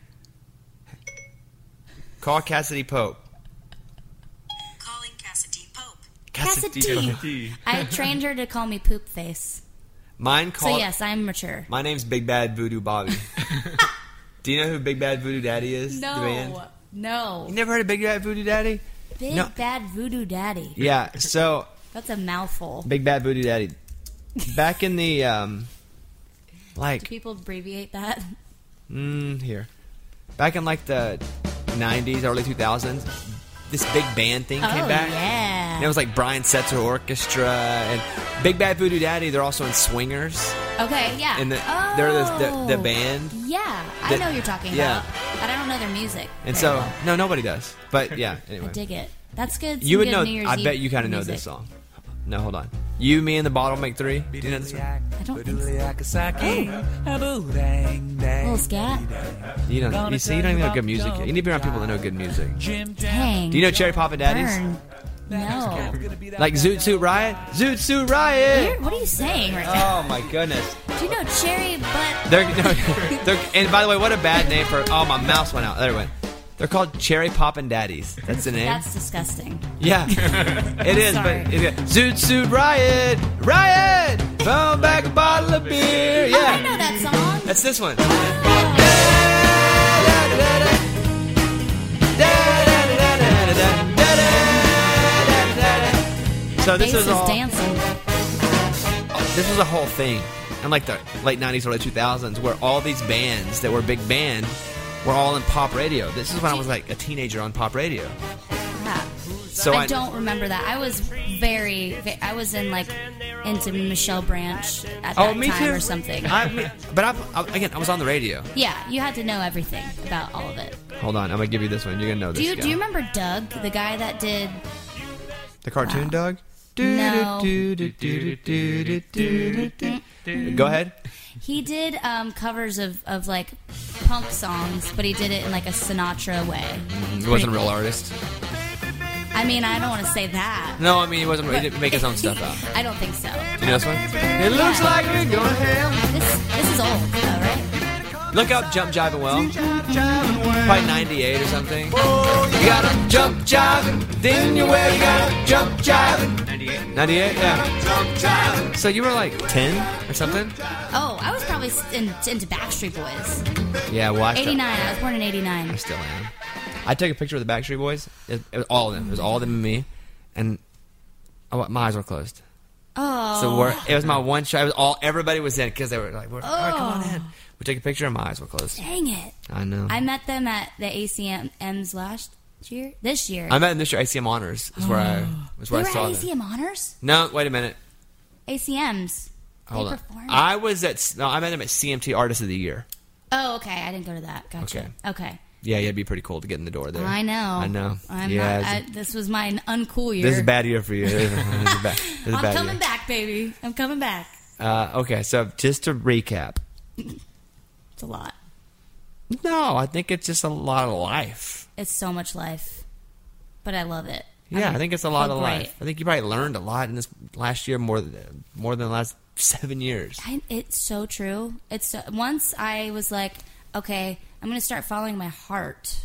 call Cassidy Pope."
Calling Cassidy Pope.
Cassidy. I trained her to call me poop face.
Mine
So
call.
yes, I'm mature.
My name's Big Bad Voodoo Bobby. Do you know who Big Bad Voodoo Daddy is? The band?
No, no,
You never heard of Big Bad Voodoo Daddy?
big
No.
bad voodoo daddy.
Yeah. So
That's a mouthful.
Big Bad Voodoo Daddy. Back in the um,
Do
like
people abbreviate that?
mm, here, back in like the 90s, early 2000s, this big band thing
Oh,
came back.
yeah.
And it was like Brian Setzer Orchestra and Big Bad Voodoo Daddy. They're also in Swingers.
Okay, yeah.
And the,
oh.
they're the, the, the band.
Yeah, I
that-
know what you're talking
yeah.
about. But I don't know their music.
And
very
so,
well.
no, nobody does. But yeah, anyway.
I dig it. That's good.
You
some
would
good
know.
New Year's
I
Eve
bet you kind of know this
music.
song. No, hold on. You, me, and the bottle make three. Do you know this one?
I don't think so. Little
Little
scat.
You don't. You see, you don't even know good music. You need to be around people that know good music.
Dang.
Do you know Cherry Papa Daddies?
Burn. No.
Like Zoot Suit Riot? Zoot Suit Riot!
You're- what are you saying right now?
Oh my goodness.
Do you know Cherry Butt?
They're, no, they're and by the way, what a bad name for. Oh, my mouse went out. There it went. They're called Cherry Poppin' Daddies. That's the name.
That's disgusting.
yeah, it is.
sorry.
But it is. Zoot Suit Riot, Riot, phone back a bottle of beer.
Oh, I
Yeah,
know that song.
that's this one. So this
Bass
is all.
dancing.
This was a whole thing in like the late '90s, early 2000s, where all these bands that were big band were all in pop radio. This is when I was like a teenager on pop radio.
Crap.
So
I,
I-
don't remember that. I was very, ve- I was in like into Michelle Branch at that time or something.
Oh, I mean, but I, I, again, I was on the radio.
yeah, you had to know everything about all of it.
Hold on, I'm gonna give you this one. You're gonna know this.
Do you
guy.
do you remember Doug, the guy that did?
the cartoon dog?
No.
Go ahead.
He did um, covers of of like punk songs, but he did it in like a Sinatra way.
He wasn't a real artist.
I mean, I don't want to say that.
No, I mean he wasn't. He didn't make his own stuff out.
I don't think so.
You know this one? It looks like we're going ham.
This this is old though, right?
Look up Jump Jive and Well. Probably 98 or something. You gotta jump jiving, then you well, you gotta jump jiving. 98. 98, yeah. So you were like 10 or something?
Oh, I was probably s- in, into Backstreet Boys.
Yeah, well, I still-
Eighty nine. I was born in eighty
I
nine.
still am. I took a picture of the Backstreet Boys. It, it was all of them. It was all of them and me. And I, wa- my eyes were closed.
Oh,
So we're, it was my one shot. It was all everybody was in because they were like, we're, all right, "Come on
Oh.
in." We took a picture and my eyes were closed.
dang it!
I know.
I met them at the ACMs last year. This year,
I met them this year. ACM Honors is where I was
they
where
were
I saw
at
them.
ACM honors.
No, wait a minute.
ACMs.
Hold
they
on.
performed.
I was at no, I met them at CMT Artist of the Year.
oh, okay. I didn't go to that. Gotcha. Okay.
Yeah, yeah, it'd be pretty cool to get in the door there.
I know.
I know.
I'm
yeah,
not,
it's-
I, this was my uncool year.
this is a bad year for you. This is a bad, this is a
I'm
bad
coming
year.
back, baby. I'm coming back.
Uh, okay, so just to recap,
It's a lot.
No, I think it's just a lot of life.
It's so much life, but I love it.
Yeah, I think it's a lot
feel
of
great.
life. I think you probably learned a lot in this last year more than more than the last seven years.
I, it's so true. It's so, once I was like, okay, I'm gonna start following my heart.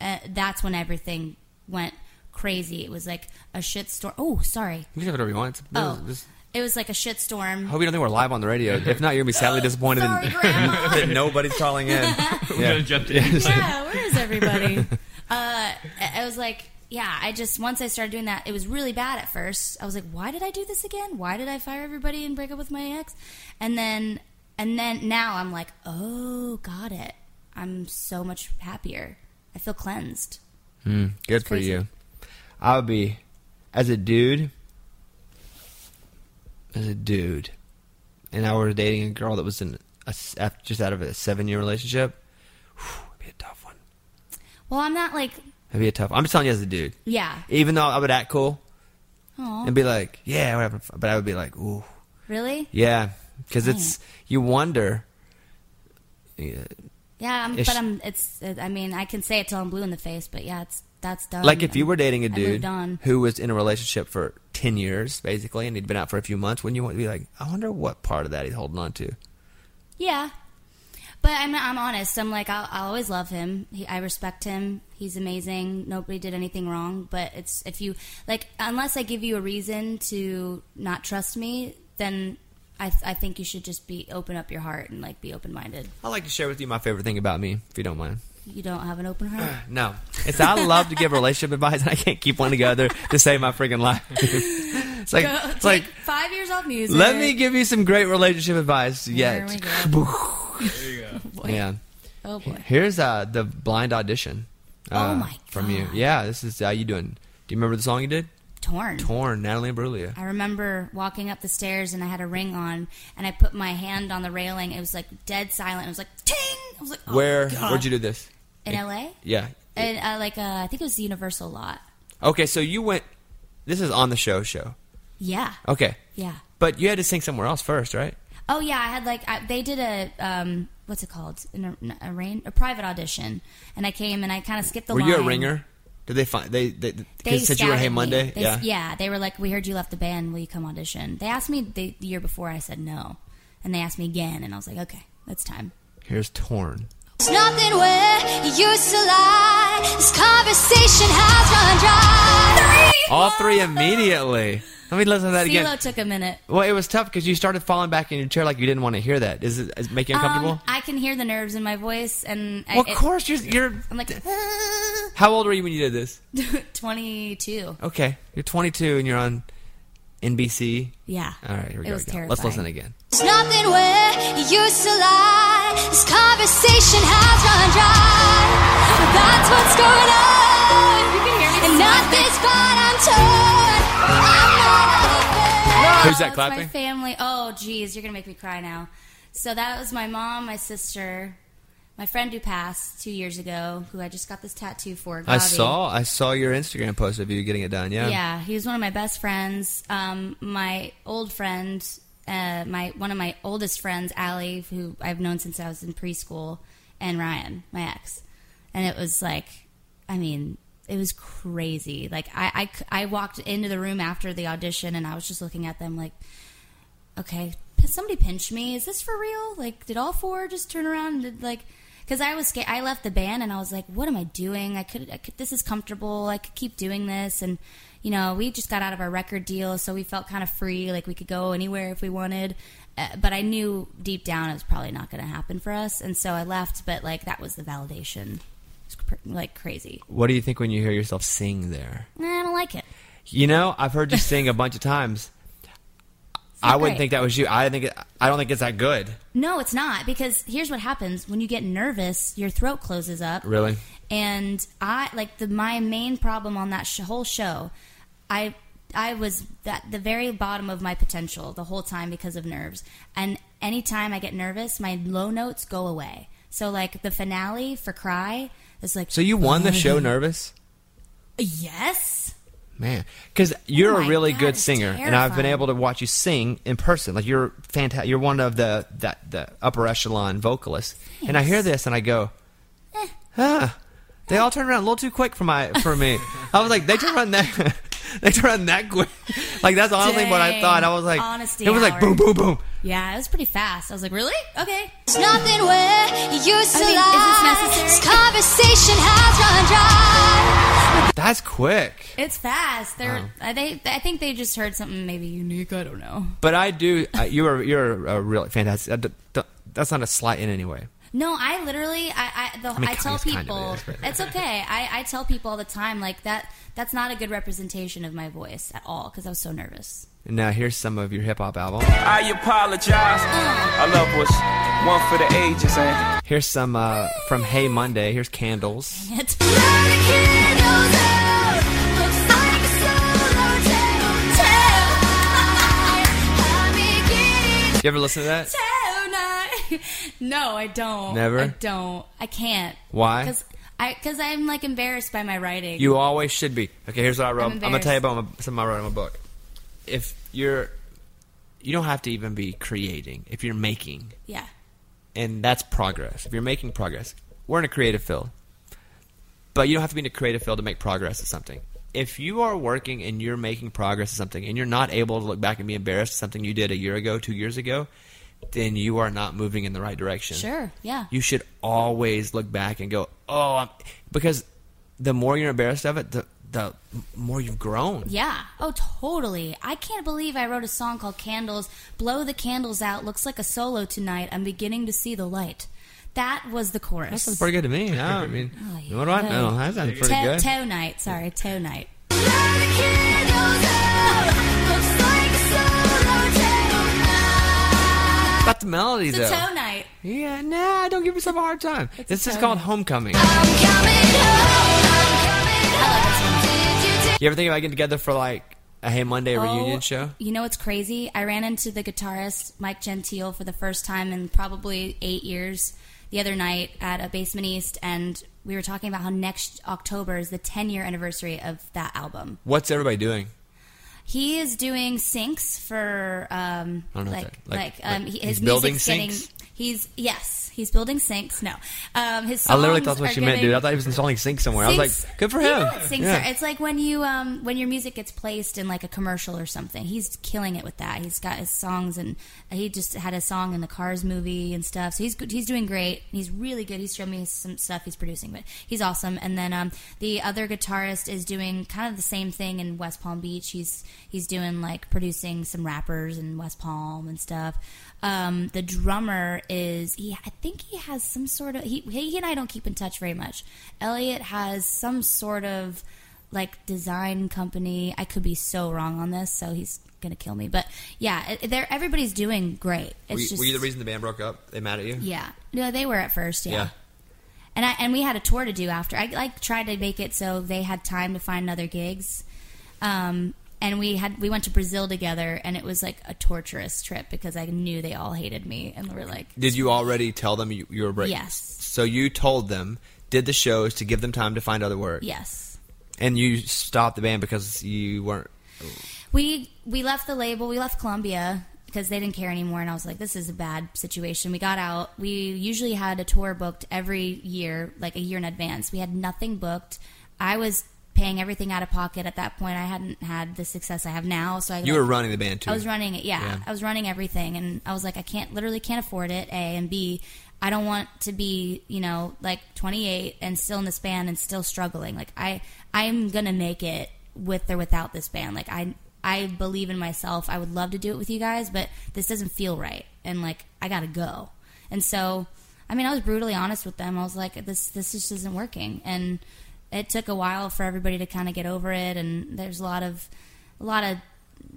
Uh, that's when everything went crazy. It was like a shit storm. Oh, sorry.
You can say whatever you want. This-
Oh,
this-
it was like a shit storm.
I hope you don't think we're live on the radio. If not, you're gonna be sadly disappointed
Sorry,
that-
Grandma.
that nobody's calling in.
Gonna
yeah.
jump in.
yeah, where is everybody? uh, I I was like, yeah, I just once I started doing that, it was really bad at first. I was like, why did I do this again? Why did I fire everybody and break up with my ex? And then and then now I'm like, oh, got it. I'm so much happier. I feel cleansed.
Good for
crazy.
you. I would be as a dude. As a dude, and I were dating a girl that was in a, s- af- just out of a seven-year relationship. Whew, it'd be a tough one.
Well, I'm not like,
It'd be a tough. I'm just telling you as a dude.
yeah,
even though I would act cool
oh,
and be like, yeah, we're having fun. But I would be like, ooh,
really?
yeah, because it's you wonder. Yeah.
Yeah, I'm,
Ish.
but I'm. It's. I mean, I can say it till I'm blue in the face, but yeah, it's that's done.
Like if you were dating a
I moved
dude
on.
who was in a relationship for ten years, basically, and he'd been out for a few months, wouldn't you want to be like, I wonder what part of that he's holding on to?
Yeah, but I'm I'm honest. I'm like I'll, I'll always love him. He, I respect him. He's amazing. Nobody did anything wrong. But it's if you like, unless I give you a reason to not trust me, then I I think you should just be open up your heart and like be open minded.
I'd like to share with you my favorite thing about me, if you don't mind.
You don't have an open heart.
No, it's I love to give relationship advice, and I can't keep one together to save my freaking life. it's like
Go,
it's
take
like
five years off music.
let me give you some great relationship advice.
There
Yet,
we go.
yeah.
Oh boy.
Here's uh, the blind audition.
Oh
uh,
my
From you,
God.
yeah. This is how you doing? Do you remember the song you did?
Torn.
Torn, Natalie Imbruglia.
I remember walking up the stairs and I had a ring on and I put my hand on the railing. It was like dead silent. It was like ting. I was like, oh,
Where?
God.
Where'd you do this?
in L.A.
Yeah.
And uh, like uh, I think it was the Universal lot.
Okay, so you went. This is on the show show.
Yeah.
Okay,
Yeah.
but you had to sing somewhere else first, right?
Oh yeah, I had like I, they did a um what's it called an, a, a rain a private audition and I came and I kind of skipped the
Were
line.
you a ringer? Did they find they they,
They
said you were
scouted
Hey
me.
Monday?
They-
yeah.
they were like, "We heard you left the band. Will you come audition?" They asked me the, the year before. I said no, and they asked me again, and I was like, "Okay, that's time."
Here's Torn.
It's nothing where you used to lie. This conversation has run dry.
All three immediately. Let me listen to that again.
CeeLo took a minute.
Well, it was tough because you started falling back in your chair like you didn't want to hear that. Is it is it make you uncomfortable?
Um, I can hear the nerves in my voice, and I,
well,
it-
of course you're. you're
I'm like
how old were you when you did this?
22.
Okay, you're 22 and you're on NBC.
Yeah.
All right, here we
it
go.
was
again.
terrifying.
Let's listen again.
It's nothing where you used to lie. This conversation has run dry. But that's what's going on. And not this part I'm torn. I'm not open.
Who's that
It's
clapping?
My family. Oh, geez, you're gonna make me cry now. So that was my mom, my sister, my friend who passed two years ago, who I just got this tattoo for.
I
Gavi.
saw I saw your Instagram post of you getting it done. Yeah.
Yeah, he was one of my best friends. Um, my old friend, uh, my one of my oldest friends, Allie, who I've known since I was in preschool, and Ryan, my ex. And it was like, I mean, it was crazy. Like I, I c- I walked into the room after the audition, and I was just looking at them like, okay, p- somebody pinch me. Is this for real? Like, did all four just turn around and did, like? Because I was scared. I left the band and I was like, what am I doing? I could, I could. This is comfortable. I could keep doing this. And you know, we just got out of our record deal, so we felt kind of free. Like we could go anywhere if we wanted. Uh, but I knew deep down it was probably not going to happen for us, and so I left. But like that was the validation. It's cr- like crazy.
What do you think when you hear yourself sing there?
Nah, I don't like it.
You know, I've heard you sing a bunch of times. I wouldn't
great.
think that was you. I think it, I don't think it's that good.
No, it's not because here's what happens when you get nervous: your throat closes up.
Really?
and I like the my main problem on that sh- whole show. I I was at the very bottom of my potential the whole time because of nerves. And anytime I get nervous, my low notes go away. So like the finale for Cry is like
So you won the show nervous?
Yes.
Man, because you're
Oh
a
my
really
God,
good
it's
singer, and I've been
terrifying.
able to watch you sing in person. Like you're fantastic. You're one of the that the upper echelon vocalists. And I hear this, and I go,
Eh.
huh? They all turn around a little too quick for my for me. I was like, they turn around that. They turn around that quick. Like that's honestly what I
Dang.
thought. I was like,
Honesty
it was like boom,
hour.
boom, boom.
Yeah, it was pretty fast. I was like, really? Okay.
It's nothing where you used to
I mean, is this
lie.
necessary?
This conversation has run dry.
That's quick.
It's fast. They're uh, they. I think they just heard something maybe unique. I don't know.
But I do. Uh, you're you're a really fantastic. I d- d- that's not a slight in any way.
No, I literally, I, I, the, I,
mean,
tell
Kanye's kind of
people,
is, but-
it's okay. I, I tell people all the time, like that, that's not a good representation of my voice at all because I was so nervous.
And now here's some of your hip hop album.
I apologize. I love what's one for the ages and
Here's some uh, from Hey Monday. Here's Candles.
It's
You ever listen to that?
no, I don't.
Never?
I don't. I can't.
Why?
Because I, because I'm like embarrassed by my writing.
You always should be. Okay, here's what I wrote.
I'm
I'm, gonna tell you
embarrassed.
about my, something I wrote in my book. If you're, you don't have to even be creating. If you're making,
yeah.
and that's progress. If you're making progress, we're in a creative field. But you don't have to be in a creative field to make progress at something. If you are working and you're making progress at something and you're not able to look back and be embarrassed at something you did a year ago, two years ago, then you are not moving in the right direction.
Sure. Yeah.
You should always look back and go, oh, I'm... because the more you're embarrassed of it, the, the more you've grown.
Yeah. Oh, totally. I can't believe I wrote a song called Candles. Blow the candles out. Looks like a solo tonight. I'm beginning to see the light. That was the chorus.
That sounds pretty good to me. Yeah, I mean,
Oh, yeah.
what do I know? That sounds pretty
toe,
good.
toe night. Sorry, toe night.
About the melody,
It's
though.
a toe night.
Yeah, nah, don't give yourself a hard time. this is called Homecoming.
I'm coming home. I'm coming home. Did you
You ever think about getting together for like a Hey Monday reunion
Oh,
show?
You know what's crazy? I ran into the guitarist Mike Gentile for the first time in probably eight years the other night at a Basement East, and we were talking about how next October is the 10 year anniversary of that album.
What's everybody doing?
He is doing syncs for um,
I don't know what
like
that-
like
like-
um,
like
he- his
he's
music's
building
getting.
syncs?
He's yes, he's building syncs. No, um, his
I literally
songs
thought that's what
are
she meant,
giving-
dude. I thought he was installing sync somewhere. I was
Syncs-
like, good for
You
him.
know what syncs
Yeah.
are. It's like when you um, when your music gets placed in like a commercial or something. He's killing it with that. He's got his songs and he just had a song in the Cars movie and stuff. So he's good. He's doing great. He's really good. He's showed me some stuff he's producing, but he's awesome. And then um, the other guitarist is doing kind of the same thing in West Palm Beach. He's he's doing like producing some rappers in West Palm and stuff. Um, the drummer is he. I think he has some sort of he. He and I don't keep in touch very much. Elliot has some sort of like design company. I could be so wrong on this, so he's gonna kill me. But yeah, it- they're everybody's doing great. It's
were, you,
just
were you the reason the band broke up? They mad at you?
yeah. No, they were at first. Yeah. And I and we had a tour to do after. I like tried to make it so they had time to find other gigs. Um, and we had we went to Brazil together, and it was like a torturous trip because I knew they all hated me, and were like,
Did you already tell them you, you were breaking?
Yes.
So you told them, did the shows to give them time to find other work.
yes.
And you stopped the band because you weren't.
we we left the label we left columbia because they didn't care anymore and i was like this is a bad situation we got out we usually had a tour booked every year like a year in advance we had nothing booked i was paying everything out of pocket at that point i hadn't had the success i have now so i
You were running the band too.
I was running it. Yeah,
Yeah.
I was running everything, and I was like, I can't, literally can't afford it. A and B, I don't want to be, you know, like 28 and still in this band and still struggling. Like I, I'm gonna make it with or without this band. Like I, I believe in myself. I would love to do it with you guys, but this doesn't feel right, and like I gotta go. And so, I mean, I was brutally honest with them. I was like, this, this just isn't working, and. It took a while for everybody to kind of get over it, and there's a lot of, a lot of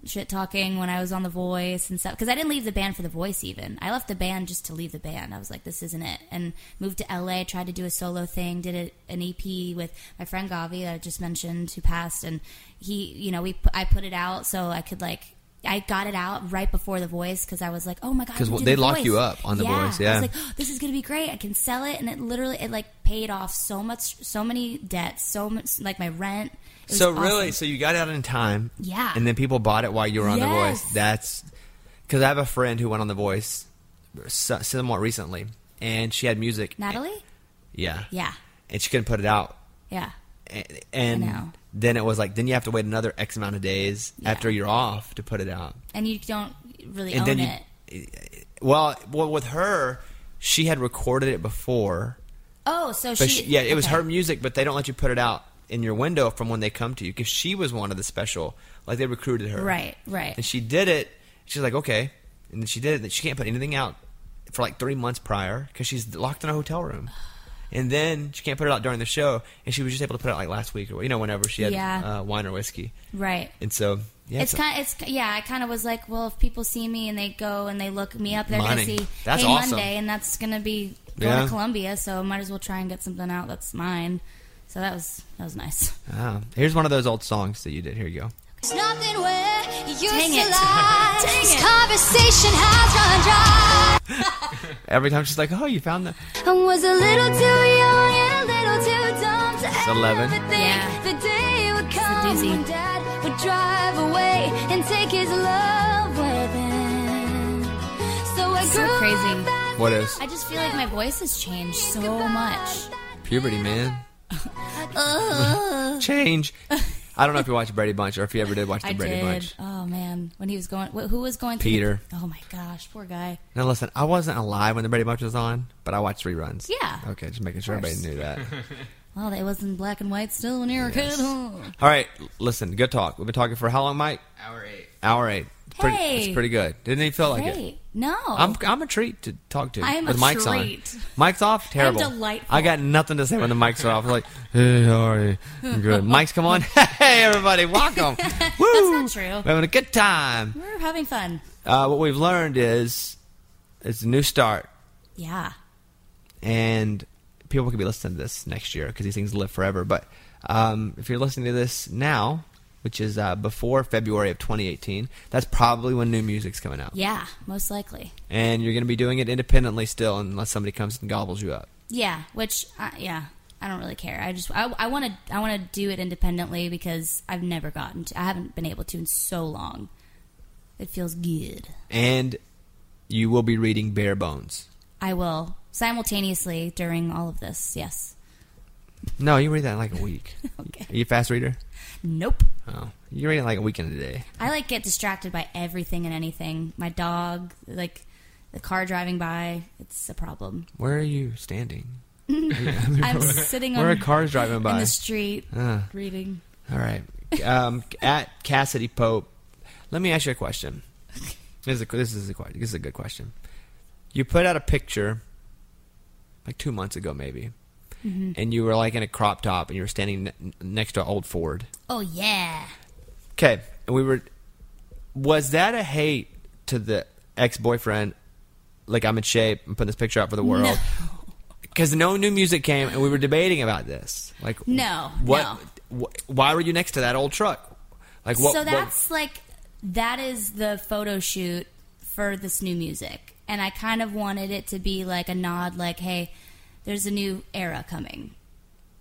shit talking when I was on The Voice and stuff. Because I didn't leave the band for The Voice even. I left the band just to leave the band. I was like, this isn't it. And moved to LA, tried to do a solo thing, did a, an EP with my friend Gavi that I just mentioned who passed. And he, you know, we I put it out so I could like. I got it out right before The Voice because I was like, "Oh my god!"
'Cause
we did
they
The
lock
Voice.
you up on The
yeah.
Voice,
I
yeah.
was like, "Oh, this is gonna be great. I can sell it, and it literally it like paid off so much, so many debts, so much like my rent. It was
So really,
awesome.
so you got out in time.
Yeah.
And then people bought it while you were on The
Yes.
Voice. That's because I have a friend who went on The Voice so- somewhat recently, and she had music.
Natalie,
Yeah.
yeah,
And she couldn't put it out.
yeah.
And,
I
and
know.
then it was like, then you have to wait another X amount of days
Yeah.
after you're off to put it out.
and you don't really
and
own
then you,
it.
well, well, with her, she had recorded it before,
Oh, so
but she,
she,
yeah, it was
okay.
her music, but they don't let you put it out in your window from when they come to you because she was one of the special, like they recruited her,
Right, right.
And she did it. She's like, okay, and then she did it. That she can't put anything out for like three months prior because she's locked in a hotel room. And then she can't put it out during the show, and she was just able to put it out like last week or you know whenever she had
Yeah.
uh, wine or whiskey.
Right.
And so yeah,
It's kind of it's yeah. I kind of was like, well, if people see me and they go and they look me up, they're
Money.
gonna see
That's
Hey
awesome.
Monday, and that's gonna be going
Yeah.
to Columbia. So I might as well try and get something out that's mine. So that was that was nice.
Ah, here's one of those old songs that you did. Here you go.
There's nothing where you used
Dang
to
it.
lie.
Dang
this
it.
conversation has run dry.
Every time she's like, "Oh, you found the."
I was a little too young and a little too dumb to ever
11.
think
Yeah.
the day would come
doozy.
when Dad would drive away and take his love with him. So I
So
grew up
crazy.
and
What is
I just feel like my voice has changed so much.
puberty, man? Change. I don't know if you watched Brady Bunch or if you ever did watch the
Uh. I
Brady
did.
Bunch.
Oh man, when he was going, wh- who was going? through
Peter.
the- oh my gosh, poor guy.
Now listen, I wasn't alive when the Brady Bunch was on, but I watched reruns.
Yeah.
Okay, just making sure
Of course.
everybody knew that.
Well, it was in black and white still when you were a kid. huh?
All right, listen. Good talk. We've been talking for how long, Mike?
Hour eight.
Hour eight. It's pretty, it's
Hey.
pretty good. Didn't he feel like it?
Great. No,
I'm, I'm a treat to talk to.
I am
with
a
Mike's
treat.
on. Mike's off. Terrible.
delightful.
I got nothing to say when the mics are off. Like, hey, how are you? I'm good. Mike's come on. Hey, everybody, welcome. Woo! That's
not true.
We're having a good time.
we're having fun.
Uh, what we've learned is it's a new start.
Yeah.
and people could be listening to this next year because these things live forever. But um, if you're listening to this now, which is uh, before February of 2018, that's probably when new music's coming out,
Yeah, most likely.
and you're going to be doing it independently still, unless somebody comes and gobbles you up.
Yeah, which uh, yeah, I don't really care. I just I want to I want to do it independently because I've never gotten to, I haven't been able to in so long. It feels good.
And you will be reading Bare Bones.
I will simultaneously during all of this. Yes.
No, you read that in like a week.
Okay.
Are you a fast reader?
Nope.
Oh, you read it like a weekend a day.
I like get distracted by everything and anything. My dog, like the car driving by, it's a problem.
Where are you standing?
I'm sitting on
Where are cars driving
in
by?
the street
Ah.
reading.
All right. Um, at Cassidy Pope, let me ask you a question. This is a, this is a que- this is a good question. You put out a picture like two months ago, maybe,
Mm-hmm.
and you were like in a crop top, and you were standing ne- next to an old Ford.
Oh yeah.
Okay, and we were. Was that a hate to the ex boyfriend? Like I'm in shape. I'm putting this picture out for the world. Because no. new music came, and we were debating about this. Like,
No,
what? wh- why were you next to that old truck? Like, what?
so
what-
that's like that is the photo shoot for this new music, and I kind of wanted it to be like a nod, like, "Hey, there's a new era coming."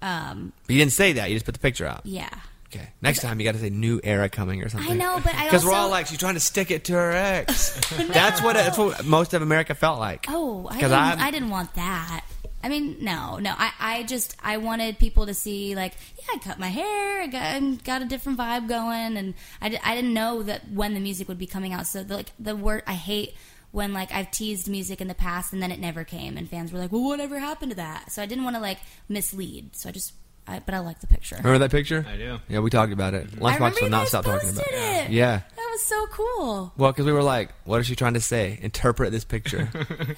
Um,
you didn't say that. You just put the picture out.
yeah,
Okay. Next time, you got to say "new era coming" or something.
I know, but I
because we're
also-
all like, "She's trying to stick it to her ex." That's what. That's what most of America felt like.
Oh, I
'Cause
didn't,
I'm-
I didn't want that. I mean, no, no. I, I just I wanted people to see like, yeah, I cut my hair, I got, I got a different vibe going, and I, di- I didn't know that when the music would be coming out. So the, like the word I hate when like I've teased music in the past and then it never came, and fans were like, well, whatever happened to that? So I didn't want to like mislead. So I just, I, but I like the picture.
Remember that picture?
I do.
Yeah, we talked about it.
I
Lunchbox
remember
will
you
not
guys
stop talking
posted
about it.
it.
Yeah.
That was so cool.
Well, because we were like, what is she trying to say? Interpret this picture.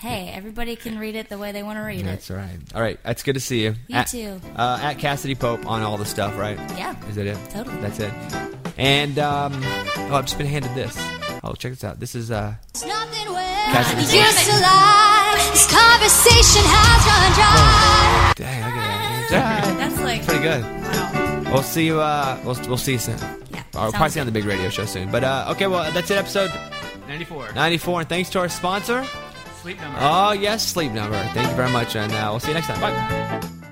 Hey, everybody can read it the way they want to read it.
that's right. All right. That's good to see you.
You
At-
too.
Uh, at Cassidy Pope on all the stuff, right?
Yeah.
Is that it?
Totally.
That's it. And, um, oh, I've just been handed this. Oh, check this out. This is, uh,
It's nothing when
Cassidy.
you used to lie. This conversation has run dry.
dang, look at that. Ah,
That's like
Pretty good. We'll see you, uh, we'll, we'll see you soon.
Yeah,
I'll probably
sounds
see you on the big radio show soon. But, uh, okay, well, that's it, episode
94.
94. And thanks to our sponsor.
Sleep number.
uh, Oh, yes, Sleep Number. Thank you very much. And uh, we'll see you next time. Bye.